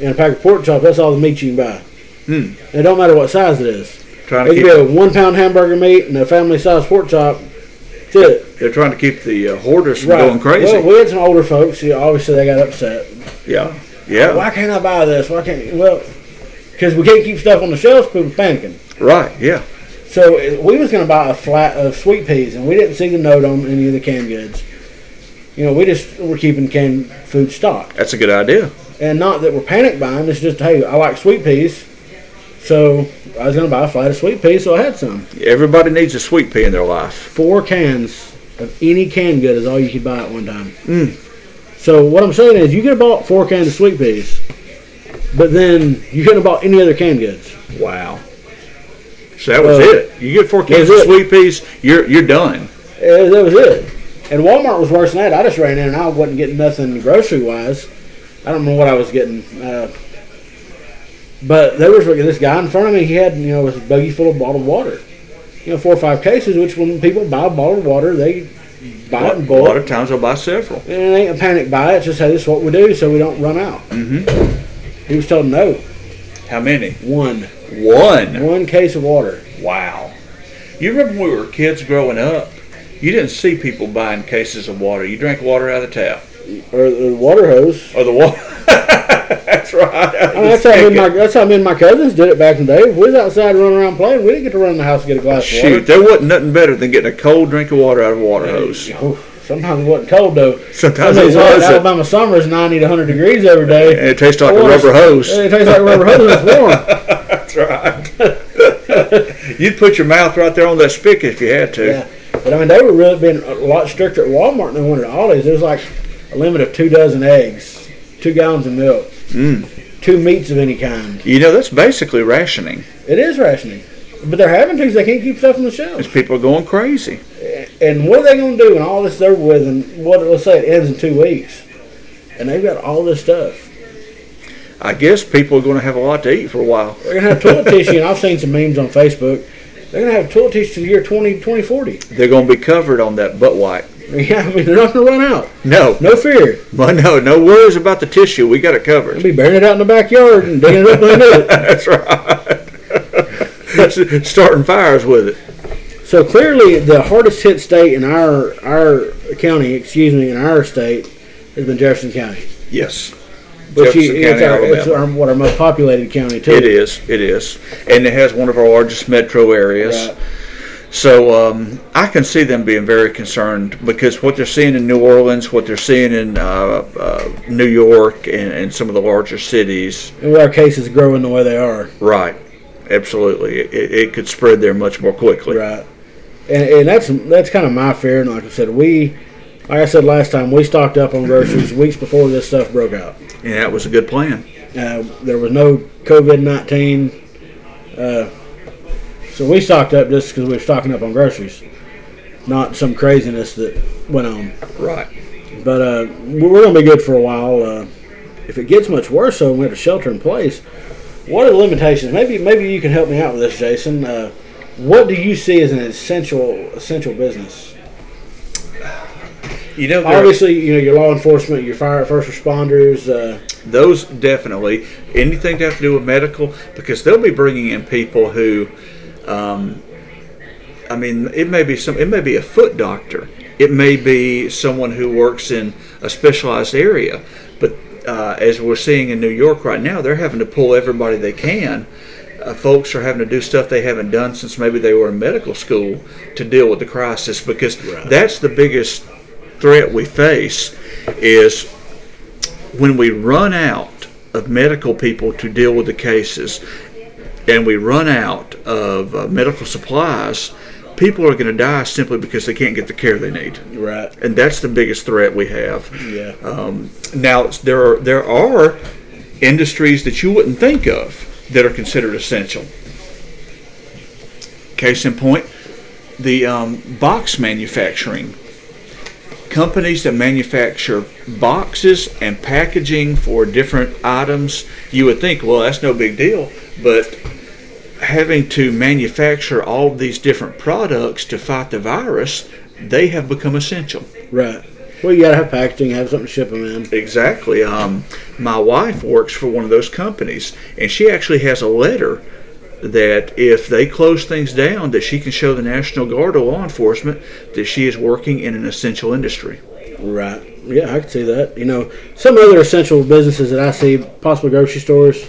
S1: and a pack of pork chop. That's all the meat you can buy.
S2: Hmm.
S1: And It don't matter what size it is.
S2: trying
S1: It
S2: to
S1: could
S2: keep,
S1: be a one pound hamburger meat and a family size pork chop. That's it.
S2: they're trying to keep the uh, hoarders from going crazy
S1: Well, we had some older folks. You know, obviously, they got upset.
S2: yeah yeah
S1: Why can't I buy this? Why can't well? Because we can't keep stuff on the shelves. People are panicking.
S2: right yeah
S1: So uh, we was gonna buy a flat of sweet peas, and we didn't see the note on any of the canned goods. You know, we just we're keeping canned food stocked,
S2: that's a good idea
S1: and not that we're panic buying. It's just hey, I like sweet peas, So I was gonna buy a flight of sweet pea, so I had some.
S2: Everybody needs a sweet pea in their life.
S1: Four cans of any canned good is all you could buy at one time. So what I'm saying is, you could have bought four cans of sweet peas, but then you couldn't have bought any other canned goods.
S2: Wow. So that was
S1: Well,
S2: it. You get four cans of
S1: that's it.
S2: sweet peas, you're you're done.
S1: Uh, that was it. And Walmart was worse than that. I just ran in and I wasn't getting nothing grocery wise. I don't know what I was getting. Uh, but there was this guy in front of me. He had you know this buggy full of bottled water. You know, four or five cases. Which when people buy bottled water, they buy it
S2: A
S1: and boil
S2: lot
S1: it.
S2: of times I'll buy several.
S1: And it ain't a panic buy. It's just hey, this is what we do so we don't run out.
S2: Mm-hmm.
S1: He was told no,
S2: How many?
S1: one,
S2: One.
S1: one case of water.
S2: Wow. You remember when we were kids growing up? You didn't see people buying cases of water. You drank water out of the tap
S1: Or the water hose.
S2: or the water. that's right. I
S1: I mean, Oh, that's
S2: was
S1: how me and
S2: thinking.
S1: my that's how me and my cousins did it back in the day. If we was outside running around playing, we didn't get to run in the house and get a glass of water.
S2: Shoot, there wasn't nothing better than getting a cold drink of water out of a water hose.
S1: Oh, sometimes it wasn't cold though.
S2: Sometimes it
S1: Sometimes like
S2: was,
S1: Alabama summers ninety to hundred degrees every
S2: and
S1: day.
S2: it tastes like a
S1: Or it's-
S2: rubber hose.
S1: It tastes like rubber hose. when It's warm.
S2: That's right. You'd put your mouth right there on that spigot if you had to.
S1: Yeah, but I mean they were really being a lot stricter at Walmart than they wanted at Ollie's. There was like a limit of two dozen eggs, two gallons of milk,
S2: Mm.
S1: two meats of any kind.
S2: You know, that's basically rationing.
S1: It is rationing, but they're having to because they can't keep stuff on the shelves.
S2: It's people are going crazy.
S1: And what are they going to do when all this is over with? And what let's say it ends in two weeks, and they've got all this stuff.
S2: I guess people are going to have a lot to eat for a while.
S1: They're gonna have toilet tissue, and I've seen some memes on Facebook. They're gonna have toilet tissue to the year 20, 2040.
S2: They're going to be covered on that butt wipe.
S1: Yeah, I mean they're not gonna run out.
S2: No,
S1: No fear.
S2: no, no, no worries about the tissue. We got it
S1: They'll
S2: covered.
S1: be burying it out in the backyard and digging it up when they need it.
S2: That's right. Starting fires with it.
S1: So clearly, the hardest hit state in our our county, excuse me, in our state, has been Jefferson County.
S2: Yes.
S1: Which
S2: Jefferson
S1: is- it's,
S2: County,
S1: our, it's
S2: Alabama.
S1: our, what our most populated county too.
S2: It is. It is, and it has one of our largest metro areas.
S1: Right.
S2: So um, I can see them being very concerned because what they're seeing in New Orleans, what they're seeing in uh, uh, New York, and, and some of the larger cities.
S1: And with our cases growing the way they are,
S2: Right. Absolutely, it, it it could spread there much more quickly.
S1: right? And, and that's that's kind of my fear. And like I said, we, like I said last time, we stocked up on groceries weeks before this stuff broke out.
S2: And that was a good plan.
S1: Uh, there was no COVID nineteen, uh, so we stocked up just because we were stocking up on groceries, not some craziness that went on.
S2: Right.
S1: But uh, we- we're gonna be good for a while. Uh, if it gets much worse, so we have to shelter in place. What are the limitations? Maybe maybe you can help me out with this, Jason. Uh, what do you see as an essential essential business?
S2: You know, there-
S1: Obviously, you know your law enforcement, your fire first responders. Uh,
S2: Those definitely. Anything to have to do with medical, because they'll be bringing in people who, um, I mean, it may be some, it may be a foot doctor, it may be someone who works in a specialized area, but uh, as we're seeing in New York right now, they're having to pull everybody they can. Uh, folks are having to do stuff they haven't done since maybe they were in medical school to deal with the crisis because that's the biggest threat we face is when we run out of medical people to deal with the cases and we run out of uh, medical supplies, people are going to die simply because they can't get the care they need.
S1: right.
S2: And that's the biggest threat we have.
S1: Yeah.
S2: Um, now, it's- there are, there are industries that you wouldn't think of that are considered essential. Case in point, the um, box manufacturing. Companies that manufacture boxes and packaging for different items, you would think, well, that's no big deal, but having to manufacture all these different products to fight the virus, they have become essential.
S1: Right. Well, you gotta have packaging, have something to ship them in.
S2: Exactly. Um, my wife works for one of those companies, and she actually has a letter that if they close things down, that she can show the National Guard or law enforcement that she is working in an essential industry.
S1: Right. Yeah, I can see that. You know, some other essential businesses that I see, possibly grocery stores,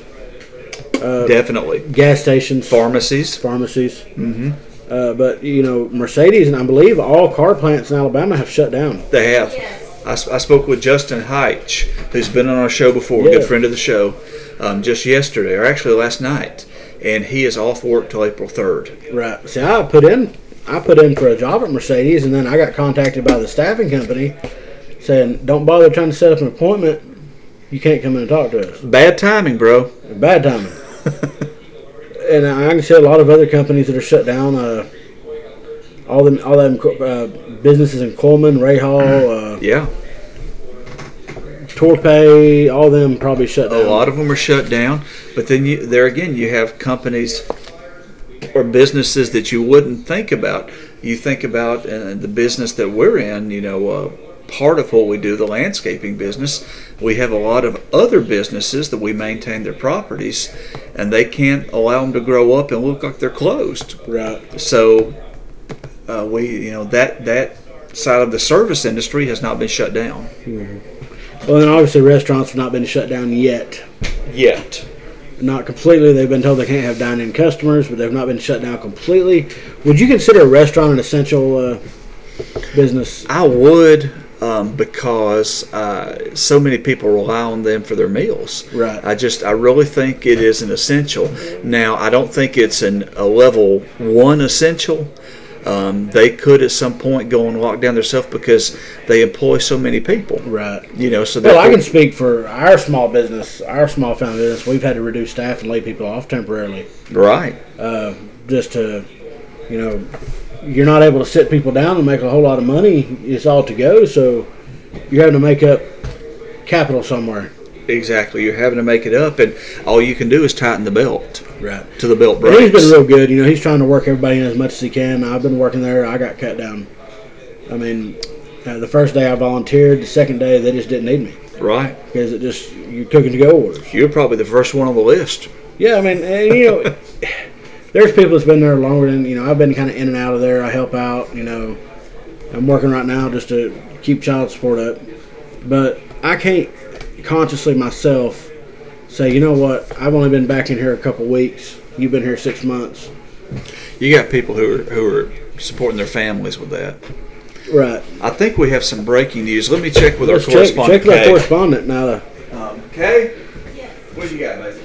S2: Definitely.
S1: gas stations,
S2: Pharmacies.
S1: pharmacies. Mm-hmm. Uh, but you know, Mercedes and I believe all car plants in Alabama have shut down.
S2: They have.
S3: Yes.
S2: I, s- I spoke with Justin Heitch, who's been on our show before, a
S1: Yeah.
S2: good friend of the show, um, just yesterday, or actually last night. and he is off work till April 3rd.
S1: Right. See, I put in, I put in for a job at Mercedes, and then I got contacted by the staffing company saying, "Don't bother trying to set up an appointment. You can't come in and talk to us."
S2: Bad timing, bro.
S1: Bad timing. and I can see a lot of other companies that are shut down. Uh, all them, all them uh, businesses in Coleman, Ray Hall, uh,
S2: Yeah,
S1: Torpay, all them probably shut
S2: a
S1: down.
S2: lot of them are shut down. But then you, there again, you have companies or businesses that you wouldn't think about. You think about uh, the business that we're in. You know, uh, part of what we do, the landscaping business, we have a lot of other businesses that we maintain their properties, and they can't allow them to grow up and look like they're closed.
S1: Right.
S2: So uh, we, you know, that that side of the service industry has not been shut down
S1: Well, then obviously restaurants have not been shut down yet.
S2: yet.
S1: Not completely. They've been told they can't have dine-in customers, but they've not been shut down completely. Would you consider a restaurant an essential uh, business?
S2: I would um, because uh, so many people rely on them for their meals.
S1: Right.
S2: I just I really think it is an essential. Now I don't think it's an a level one essential. Um, they could at some point go and lock down themselves because they employ so many people.
S1: Right.
S2: You know, so
S1: Well, I
S2: therefore-
S1: can speak for our small business, our small family business. We've had to reduce staff and lay people off temporarily,
S2: right.
S1: uh, just to, you know, you're not able to sit people down and make a whole lot of money. It's all to go, so you're having to make up capital somewhere.
S2: Exactly. You're having to make it up, and all you can do is tighten the belt
S1: Right.
S2: to the belt
S1: But
S2: brace.
S1: he's been real good. You know, he's trying to work everybody in as much as he can. I've been working there. I got cut down. I mean, uh, the first day I volunteered. The second day they just didn't need me
S2: right.
S1: because it just you're cooking to go orders.
S2: You're probably the first one on the list.
S1: Yeah, I mean, and, you know, there's people that's been there longer than you know. I've been kind of in and out of there. I help out. You know, I'm working right now just to keep child support up, but I can't consciously myself say, you know what? I've only been back in here a couple weeks. You've been here six months.
S2: You got people who are who are supporting their families with that.
S1: Right.
S2: I think we have some breaking news. Let me check with
S1: Let's
S2: our
S1: check,
S2: correspondent.
S1: check with our
S2: Kay.
S1: correspondent now. uh,
S2: um, Kay, what do you got, baby?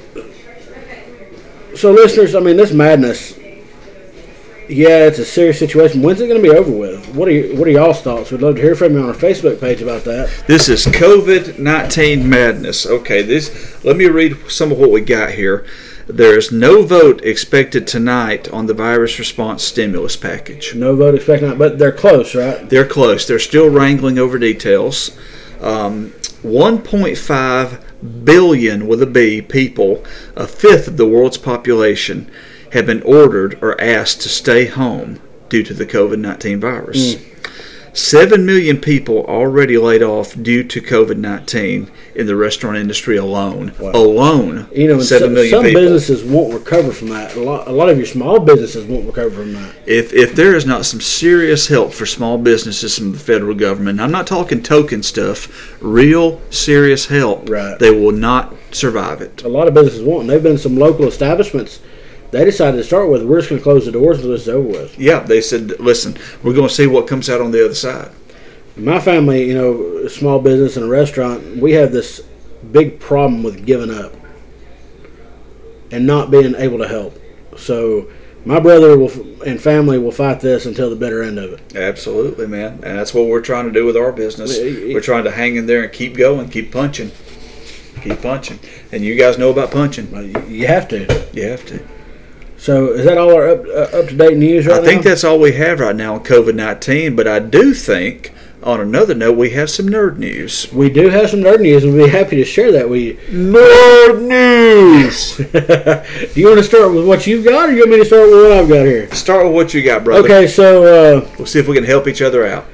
S1: So, listeners, I mean, this madness. Yeah, it's a serious situation. When's it going to be over with? What are you, what are y'all's thoughts? We'd love to hear from you on our Facebook page about that.
S2: This is COVID 19 madness. Okay, this. let me read some of what we got here. There is no vote expected tonight on the virus response stimulus package.
S1: No vote expected, but they're close, right?
S2: They're close. They're still wrangling over details. Um, 1.5 billion with a B people, a fifth of the world's population, have been ordered or asked to stay home due to the COVID 19 virus.
S1: Mm.
S2: 7 million people already laid off due to COVID 19 in the restaurant industry alone. Alone.
S1: You know, and
S2: seven
S1: so-
S2: million
S1: some
S2: people.
S1: businesses won't recover from that. A lot, a lot of your small businesses won't recover from that.
S2: if if there is not some serious help for small businesses from the federal government, I'm not talking token stuff, real serious help,
S1: Right.
S2: they will not survive it.
S1: A lot of businesses won't. And They've been some local establishments. They decided to start with, we're just going to close the doors until this is over with.
S2: Yeah, they said, listen, we're going to see what comes out on the other side.
S1: My family, you know, a small business and a restaurant, we have this big problem with giving up and not being able to help. So my brother will, f- and family will fight this until the better end of it.
S2: Absolutely, man, and that's what we're trying to do with our business.
S1: Well, it-
S2: We're trying to hang in there and keep going, keep punching, keep punching. And you guys know about punching.
S1: But you- Uh, You have to.
S2: You have to.
S1: So is that all our up, uh, up to date news right
S2: I think
S1: now?
S2: that's all we have right now on COVID nineteen. But I do think, on another note, we have some nerd news.
S1: we do have some nerd news, and we'd be happy to share that with you.
S2: Nerd news.
S1: do you want to start with what you've got, or you want me to start with what I've got here?
S2: Start with what you got, brother.
S1: Okay, so. Uh,
S2: We'll see if we can help each other out.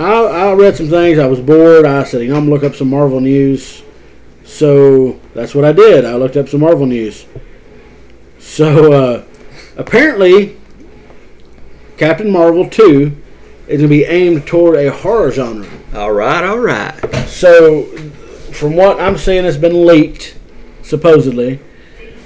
S1: I, I read some things. I was bored. I said, you know, I'm going to look up some Marvel news. So that's what I did. I looked up some Marvel news. So uh, apparently, Captain Marvel 2 is going to be aimed toward a horror genre.
S2: All right, all right.
S1: So, from what I'm seeing, it's been leaked, supposedly,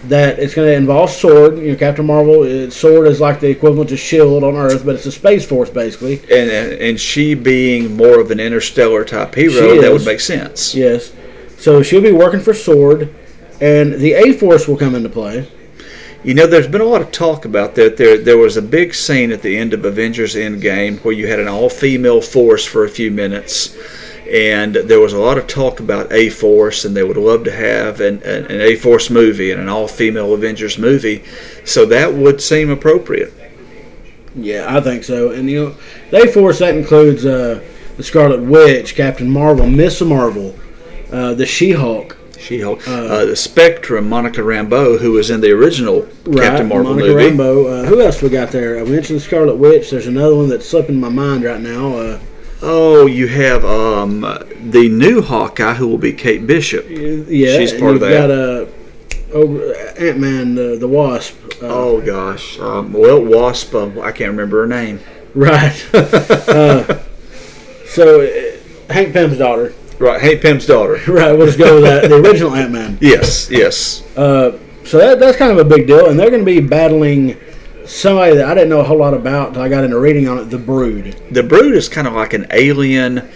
S1: that it's going to involve Sword. You know, Captain Marvel, uh, Sword is like the equivalent to Shield E on Earth, but it's a space force, basically.
S2: And and, and she being more of an interstellar type hero,
S1: She is.
S2: that would make sense.
S1: Yes. So she'll be working for Sword, and the A Force will come into play.
S2: You know, there's been a lot of talk about that. There, there was a big scene at the end of Avengers Endgame where you had an all-female force for a few minutes, and there was a lot of talk about a force, and they would love to have an, an, an a force movie and an all-female Avengers movie. So that would seem appropriate.
S1: Yeah, I think so. And you know, they force that includes uh, the Scarlet Witch, Captain Marvel, Miss Marvel, uh, the She-Hulk,
S2: She-Hulk, uh, the Spectrum, Monica Rambeau, who was in the original Captain Marvel
S1: Monica
S2: movie.
S1: Rambeau. Uh, who else we got there? I mentioned the Scarlet Witch. There's another one that's slipping my mind right now. Uh,
S2: Oh, you have um, the new Hawkeye who will be Kate Bishop.
S1: yeah,
S2: She's
S1: and
S2: part of
S1: you've
S2: that.
S1: Got uh, oh, Ant Man, the, the Wasp. Uh,
S2: Oh gosh. Um, well, Wasp. Um, I can't remember her name.
S1: Right. uh, so uh, Hank Pym's daughter.
S2: Right. Hey, Pym's daughter.
S1: Right. We'll just go with that. The original Ant Man.
S2: Yes. Yes.
S1: Uh, so that, that's kind of a big deal, and they're going to be battling somebody that I didn't know a whole lot about until I got into reading on it, the Brood.
S2: The Brood is kind of like an alien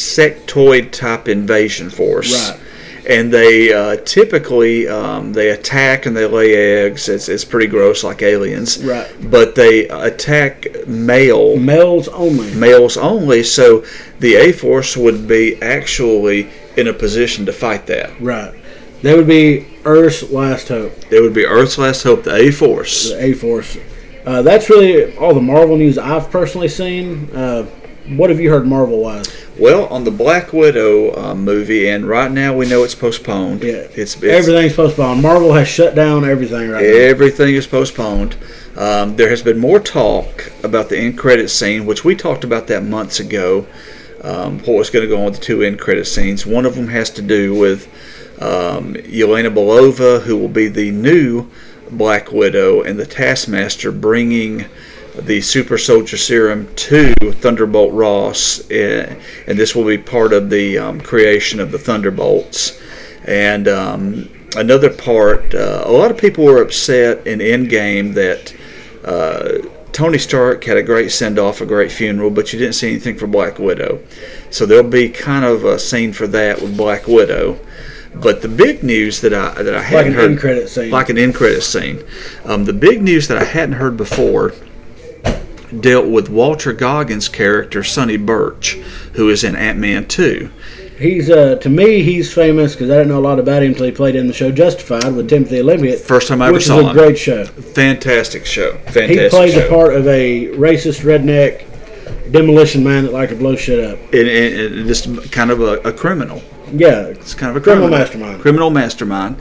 S2: insectoid type invasion force.
S1: Right.
S2: And they uh, typically um, they attack and they lay eggs. It's, it's pretty gross, like aliens.
S1: Right.
S2: But they attack male
S1: Males only.
S2: males only. So the A Force would be actually in a position to fight that.
S1: Right. They would be Earth's last hope,
S2: There would be Earth's Last Hope, the A Force.
S1: the A Force. Uh, that's really all the Marvel news I've personally seen. Uh, what have you heard Marvel wise?
S2: Well, on the Black Widow uh, movie, and right now we know it's postponed.
S1: Yeah,
S2: It's, it's
S1: everything's postponed. Marvel has shut down everything right
S2: Everything is postponed. Um, there has been more talk about the end credit scene, which we talked about that months ago. Um, what was going to go on with the two end credit scenes? One of them has to do with um, Yelena Belova, who will be the new Black Widow, and the Taskmaster bringing the Super Soldier Serum to Thunderbolt Ross, eh, and this will be part of the um, creation of the Thunderbolts. And um, another part, uh, a lot of people were upset in Endgame that uh, Tony Stark had a great send off, a great funeral, but you didn't see anything for Black Widow. So there'll be kind of a scene for that with Black Widow. But the big news that I that I
S1: now. Like
S2: hadn't
S1: an
S2: heard
S1: end credit scene.
S2: like an end credit scene. Um, the big news that I hadn't heard before dealt with Walter Goggins' character Sonny Birch, who is in Ant Man Two.
S1: he's uh, to me he's famous because I didn't know a lot about him until he played in the show Justified with Timothy Olyphant.
S2: First time I ever
S1: which
S2: saw
S1: is a
S2: him.
S1: great show.
S2: Fantastic show.
S1: He
S2: Fantastic
S1: plays
S2: show.
S1: the part of a racist redneck demolition man that liked to blow shit up.
S2: And- and- and just kind of a, a criminal.
S1: Yeah,
S2: It's kind of a
S1: Criminal
S2: criminal,
S1: mastermind.
S2: Criminal mastermind.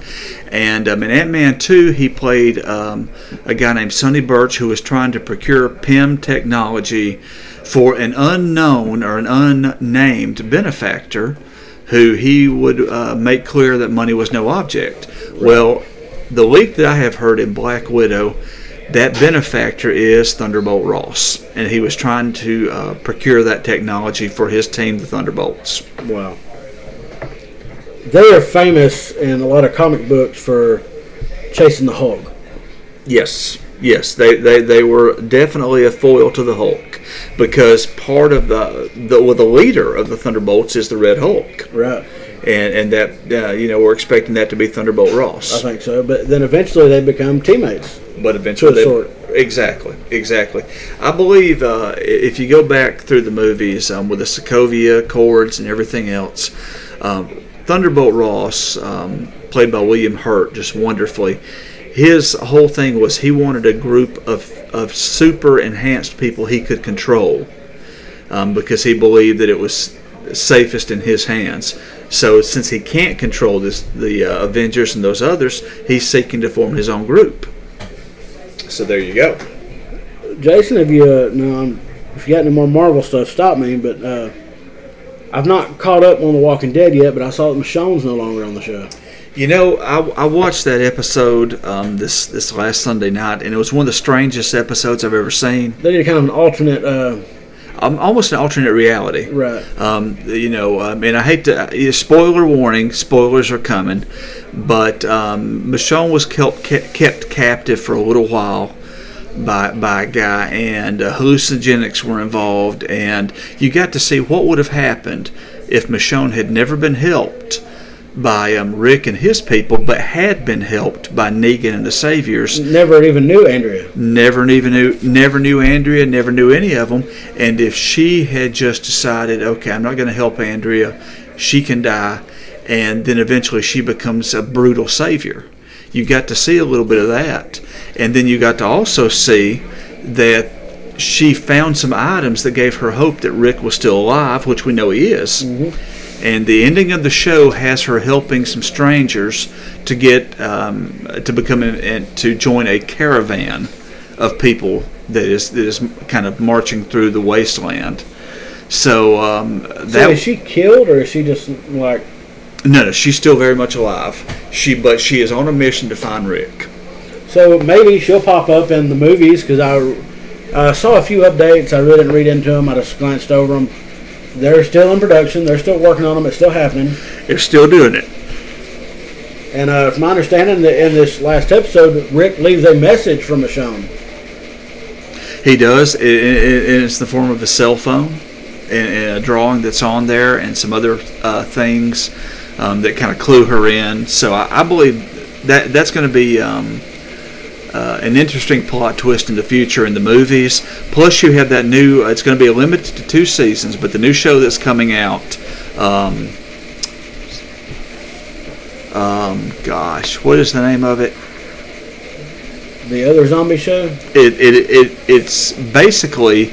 S2: And um, in Ant Man 2, he played um, a guy named Sonny Birch who was trying to procure PIM technology for an unknown or an unnamed benefactor who he would uh, make clear that money was no object. Well, the leak that I have heard in Black Widow. That benefactor is Thunderbolt Ross, and he was trying to uh, procure that technology for his team, the Thunderbolts.
S1: wow. They are famous in a lot of comic books for chasing the Hulk.
S2: Yes, yes, they, they, they were definitely a foil to the Hulk because part of the the well, the leader of the Thunderbolts is the Red Hulk,
S1: Right,
S2: and and that uh, you know we're expecting that to be Thunderbolt
S1: I
S2: Ross,
S1: think so. But then eventually they become teammates.
S2: but eventually
S1: To a
S2: they-
S1: sort.
S2: exactly exactly. I believe uh, i- if you go back through the movies um, with the Sokovia Accords and everything else, um, Thunderbolt Ross, um, played by William Hurt, just wonderfully. His whole thing was he wanted a group of, of super enhanced people he could control um, because he believed that it was safest in his hands. So since he can't control this, the uh, Avengers and those others, he's seeking to form his own group. So there you go.
S1: Jason, if you uh, no, I'm, if you got any more Marvel stuff, stop me. But uh, I've not caught up on The Walking Dead yet. But I saw that Michonne's no longer on the show.
S2: You know, I, I watched that episode um, this this last Sunday night, and it was one of the strangest episodes I've ever seen.
S1: They did kind of an alternate, uh,
S2: Um, almost an alternate reality.
S1: right?
S2: Um, you know, I mean, I hate to. uh, yeah, Spoiler warning: spoilers are coming. But um, Michonne was kept kept captive for a little while by by a guy, and uh, hallucinogens were involved, and you got to see what would have happened if Michonne had never been helped by um, Rick and his people, but had been helped by Negan and the Saviors.
S1: Never even knew Andrea.
S2: Never even knew, never knew Andrea, never knew any of them. And if she had just decided, okay, I'm not going to help Andrea, she can die, and then eventually she becomes a brutal Savior. You got to see a little bit of that, and then you got to also see that she found some items that gave her hope that Rick was still alive, which we know he is.
S1: Mm-hmm.
S2: And the ending of the show has her helping some strangers to get um, to become an, and to join a caravan of people that is that is kind of marching through the wasteland. So um, that
S1: So is she killed or is she just like
S2: no, no, she's still very much alive. She but she is on a mission to find Rick.
S1: So maybe she'll pop up in the movies because I uh, saw a few updates. I really didn't read into them. I just glanced over them. They're still in production. They're still working on them. It's still happening.
S2: They're still doing it.
S1: And uh, from my understanding, that in this last episode, Rick leaves a message from Michonne.
S2: He does, i- i- and it's the form of a cell phone and, and a drawing that's on there, and some other uh, things um, that kind of clue her in. So I, I believe that that's going to be um, uh, an interesting plot twist in the future in the movies. Plus, you have that new. uh, It's going to be limited to two seasons, but the new show that's coming out. Um, um, gosh, what is the name of it?
S1: The other zombie show.
S2: it, it, it it's basically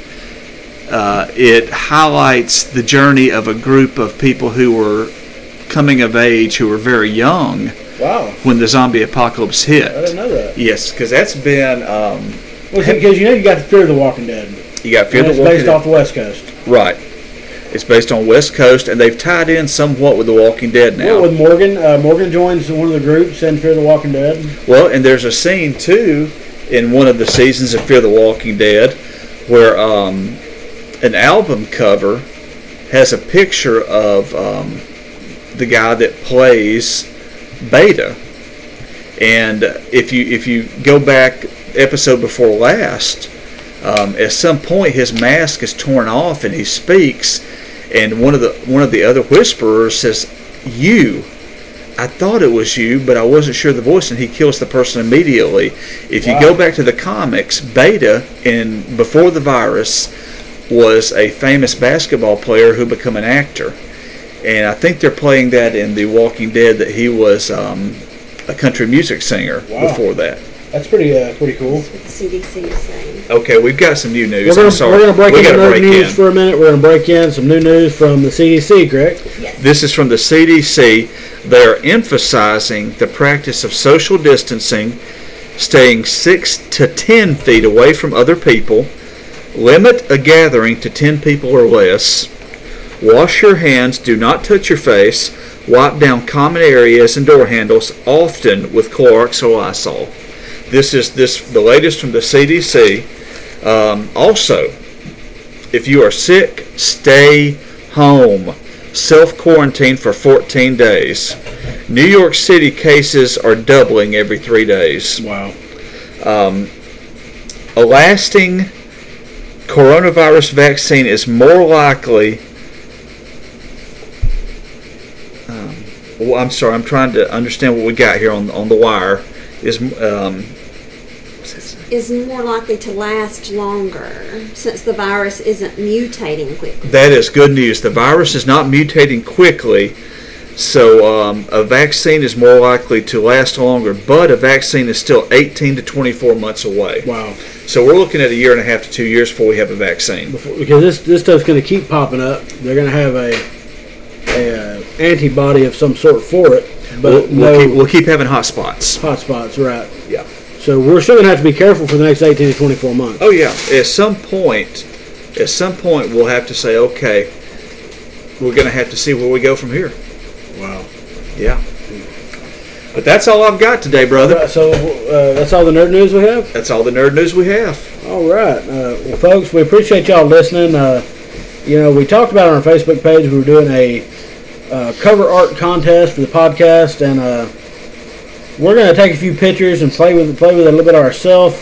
S2: uh, it highlights the journey of a group of people who were coming of age who were very young
S1: Wow,
S2: when the zombie apocalypse
S1: I didn't
S2: hit.
S1: know that.
S2: Yes, because that's been um,
S1: Well, because you know you got the Fear of the Walking Dead.
S2: you got
S1: and
S2: Fear
S1: it's
S2: the Walking
S1: based
S2: Dead.
S1: off the West Coast.
S2: right. It's based on West Coast, and they've tied in somewhat with the Walking Dead now.
S1: Yeah, with Morgan. Uh, Morgan joins one of the groups in Fear of the Walking Dead.
S2: Well, and there's a scene too in one of the seasons of Fear the Walking Dead where um, an album cover has a picture of um, the guy that plays Beta. And if you if you go back episode before last, um, at some point his mask is torn off and he speaks, and one of the one of the other whisperers says, "You." I thought it was you, but I wasn't sure of the voice, and he kills the person immediately. If you
S1: Wow.
S2: go back to the comics, Beta in before the virus was a famous basketball player who became an actor, and I think they're playing that in The Walking Dead that he was um, a country music singer
S1: Wow.
S2: before that.
S1: That's pretty uh, pretty cool.
S3: That's what the CDC is saying.
S2: Okay, we've got some new news.
S1: We're
S2: I'm
S1: gonna,
S2: sorry.
S1: we're gonna break
S2: We
S1: in
S2: gotta
S1: another
S2: break
S1: news
S2: in.
S1: for a minute. We're gonna break in some new news from the CDC, correct?
S3: Yes.
S2: This is from the CDC. They are emphasizing the practice of social distancing, staying six to ten feet away from other people, limit a gathering to ten people or less, wash your hands, do not touch your face, wipe down common areas and door handles often with Clorox or Lysol. This is this the latest from the CDC. Um, also, if you are sick, stay home. Self quarantine for 14 days. New York City cases are doubling every three days.
S1: Wow.
S2: A lasting coronavirus vaccine is more likely. um, well, I'm sorry, I'm trying to understand what we got here on, on the wire. Is um,
S3: Is more likely to last longer since the virus isn't mutating quickly.
S2: That is good news. The virus is not mutating quickly, so um, a vaccine is more likely to last longer, but a vaccine is still 18 to 24 months away.
S1: Wow.
S2: So we're looking at a year and a half to two years before we have a vaccine.
S1: Before, because this this stuff's gonna keep popping up. They're gonna have a, a uh, antibody of some sort for it,
S2: We'll,
S1: but
S2: we'll, keep,
S1: no
S2: we'll keep having hot spots.
S1: hotspots, right?
S2: Yeah.
S1: So we're still gonna have to be careful for the next eighteen to twenty-four months.
S2: Oh yeah. At some point, at some point, we'll have to say, okay, we're going to have to see where we go from here.
S1: Wow.
S2: Yeah. But that's all I've got today, brother.
S1: Right, so uh, that's all the nerd news we have.
S2: That's all the nerd news we have.
S1: All right, uh, well, folks, we appreciate y'all listening. Uh, you know, we talked about it on our Facebook page. We were doing a uh, cover art contest for the podcast, and uh, we're going to take a few pictures and play with play with it a little bit ourselves.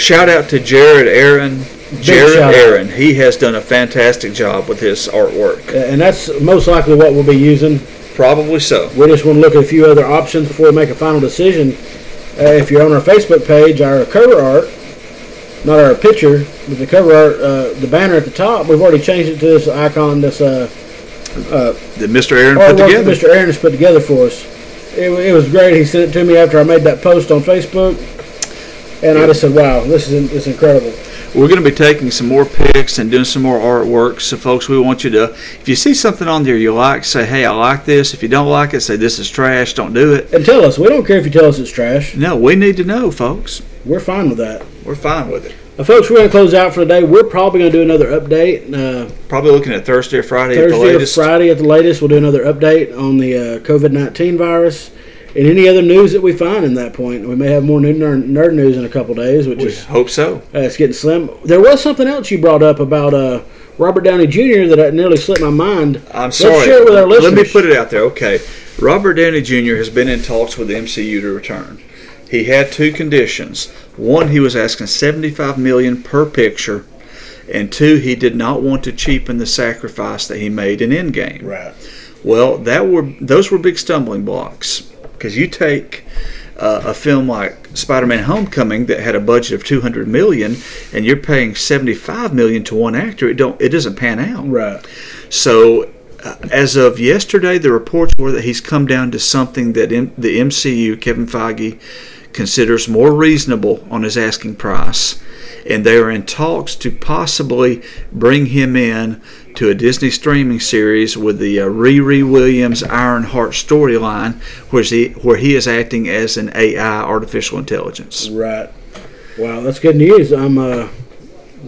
S2: Shout out to Jared Aaron. Jared
S1: shout out.
S2: Aaron, he has done a fantastic job with his artwork.
S1: And that's most likely what we'll be using.
S2: Probably so.
S1: We just want to look at a few other options before we make a final decision. Uh, if you're on our Facebook page, our cover art, not our picture, but the cover art, uh, the banner at the top, we've already changed it to this icon, this uh,
S2: That Mr. Aaron
S1: artwork
S2: put
S1: that
S2: together.
S1: Mr. Aaron has put together for us. It, wa- it was great. He sent it to me after I made that post on Facebook, and I just said, "Wow, this is it's incredible."
S2: We're going to be taking some more pics and doing some more artwork. So, folks, we want you to, if you see something on there you like, say, hey, I like this. If you don't like it, say, this is trash. Don't do it.
S1: And tell us. We don't care if you tell us it's trash.
S2: No, we need to know, folks.
S1: We're fine with that.
S2: We're fine with it.
S1: Uh, folks, we're going to close out for the day. We're probably going to do another update. Uh,
S2: Probably looking at Thursday or Friday at the
S1: Thursday or
S2: latest.
S1: Friday at the latest, we'll do another update on the uh, COVID 19 virus and any other news that we find in that point. We may have more new nerd, nerd news in a couple days, which
S2: We
S1: is
S2: hope so.
S1: uh, it's getting slim. There was something else you brought up about uh, Robert Downey Jr. that I nearly slipped my mind.
S2: I'm
S1: Let's
S2: sorry.
S1: share it with our
S2: Let me
S1: listeners.
S2: put it out there. Okay. Robert Downey Jr. has been in talks with the MCU to return. He had two conditions. One, he was asking 75 million per picture, and two, he did not want to cheapen the sacrifice that he made in Endgame.
S1: Right.
S2: Well, that were those were big stumbling blocks because you take uh, a film like Spider-Man: Homecoming that had a budget of 200 million, and you're paying 75 million to one actor. It don't it doesn't pan out.
S1: Right.
S2: So, uh, as of yesterday, the reports were that he's come down to something that in the MCU, Kevin Feige, considers more reasonable on his asking price. And they are in talks to possibly bring him in to a Disney streaming series with the uh, Riri Williams Ironheart storyline, where he, where he is acting as an AI, artificial intelligence.
S1: Right. Wow, that's good news. I'm uh,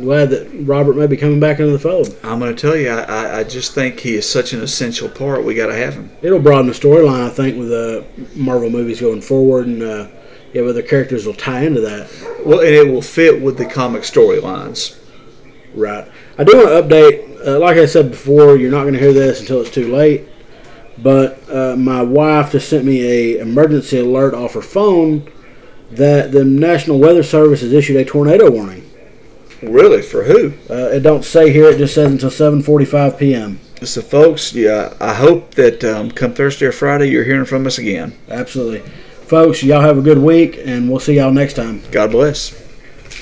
S1: glad that Robert may be coming back into the fold.
S2: I'm going to tell you, I, I, I just think he is such an essential part. We got to have him.
S1: It'll broaden the storyline, I think, with uh, Marvel movies going forward, and uh, yeah, whether characters will tie into that.
S2: Well, and it will fit with the comic storylines.
S1: Right. I do want to update. Uh, like I said before, you're not going to hear this until it's too late. But uh, my wife just sent me a emergency alert off her phone that the National Weather Service has issued a tornado warning.
S2: Really, for who?
S1: Uh, it don't say here; it just says until 7:45 p.m.
S2: So, folks, yeah, I hope that um, come Thursday or Friday, you're hearing from us again.
S1: Absolutely, folks. Y'all have a good week, and we'll see y'all next time.
S2: God bless.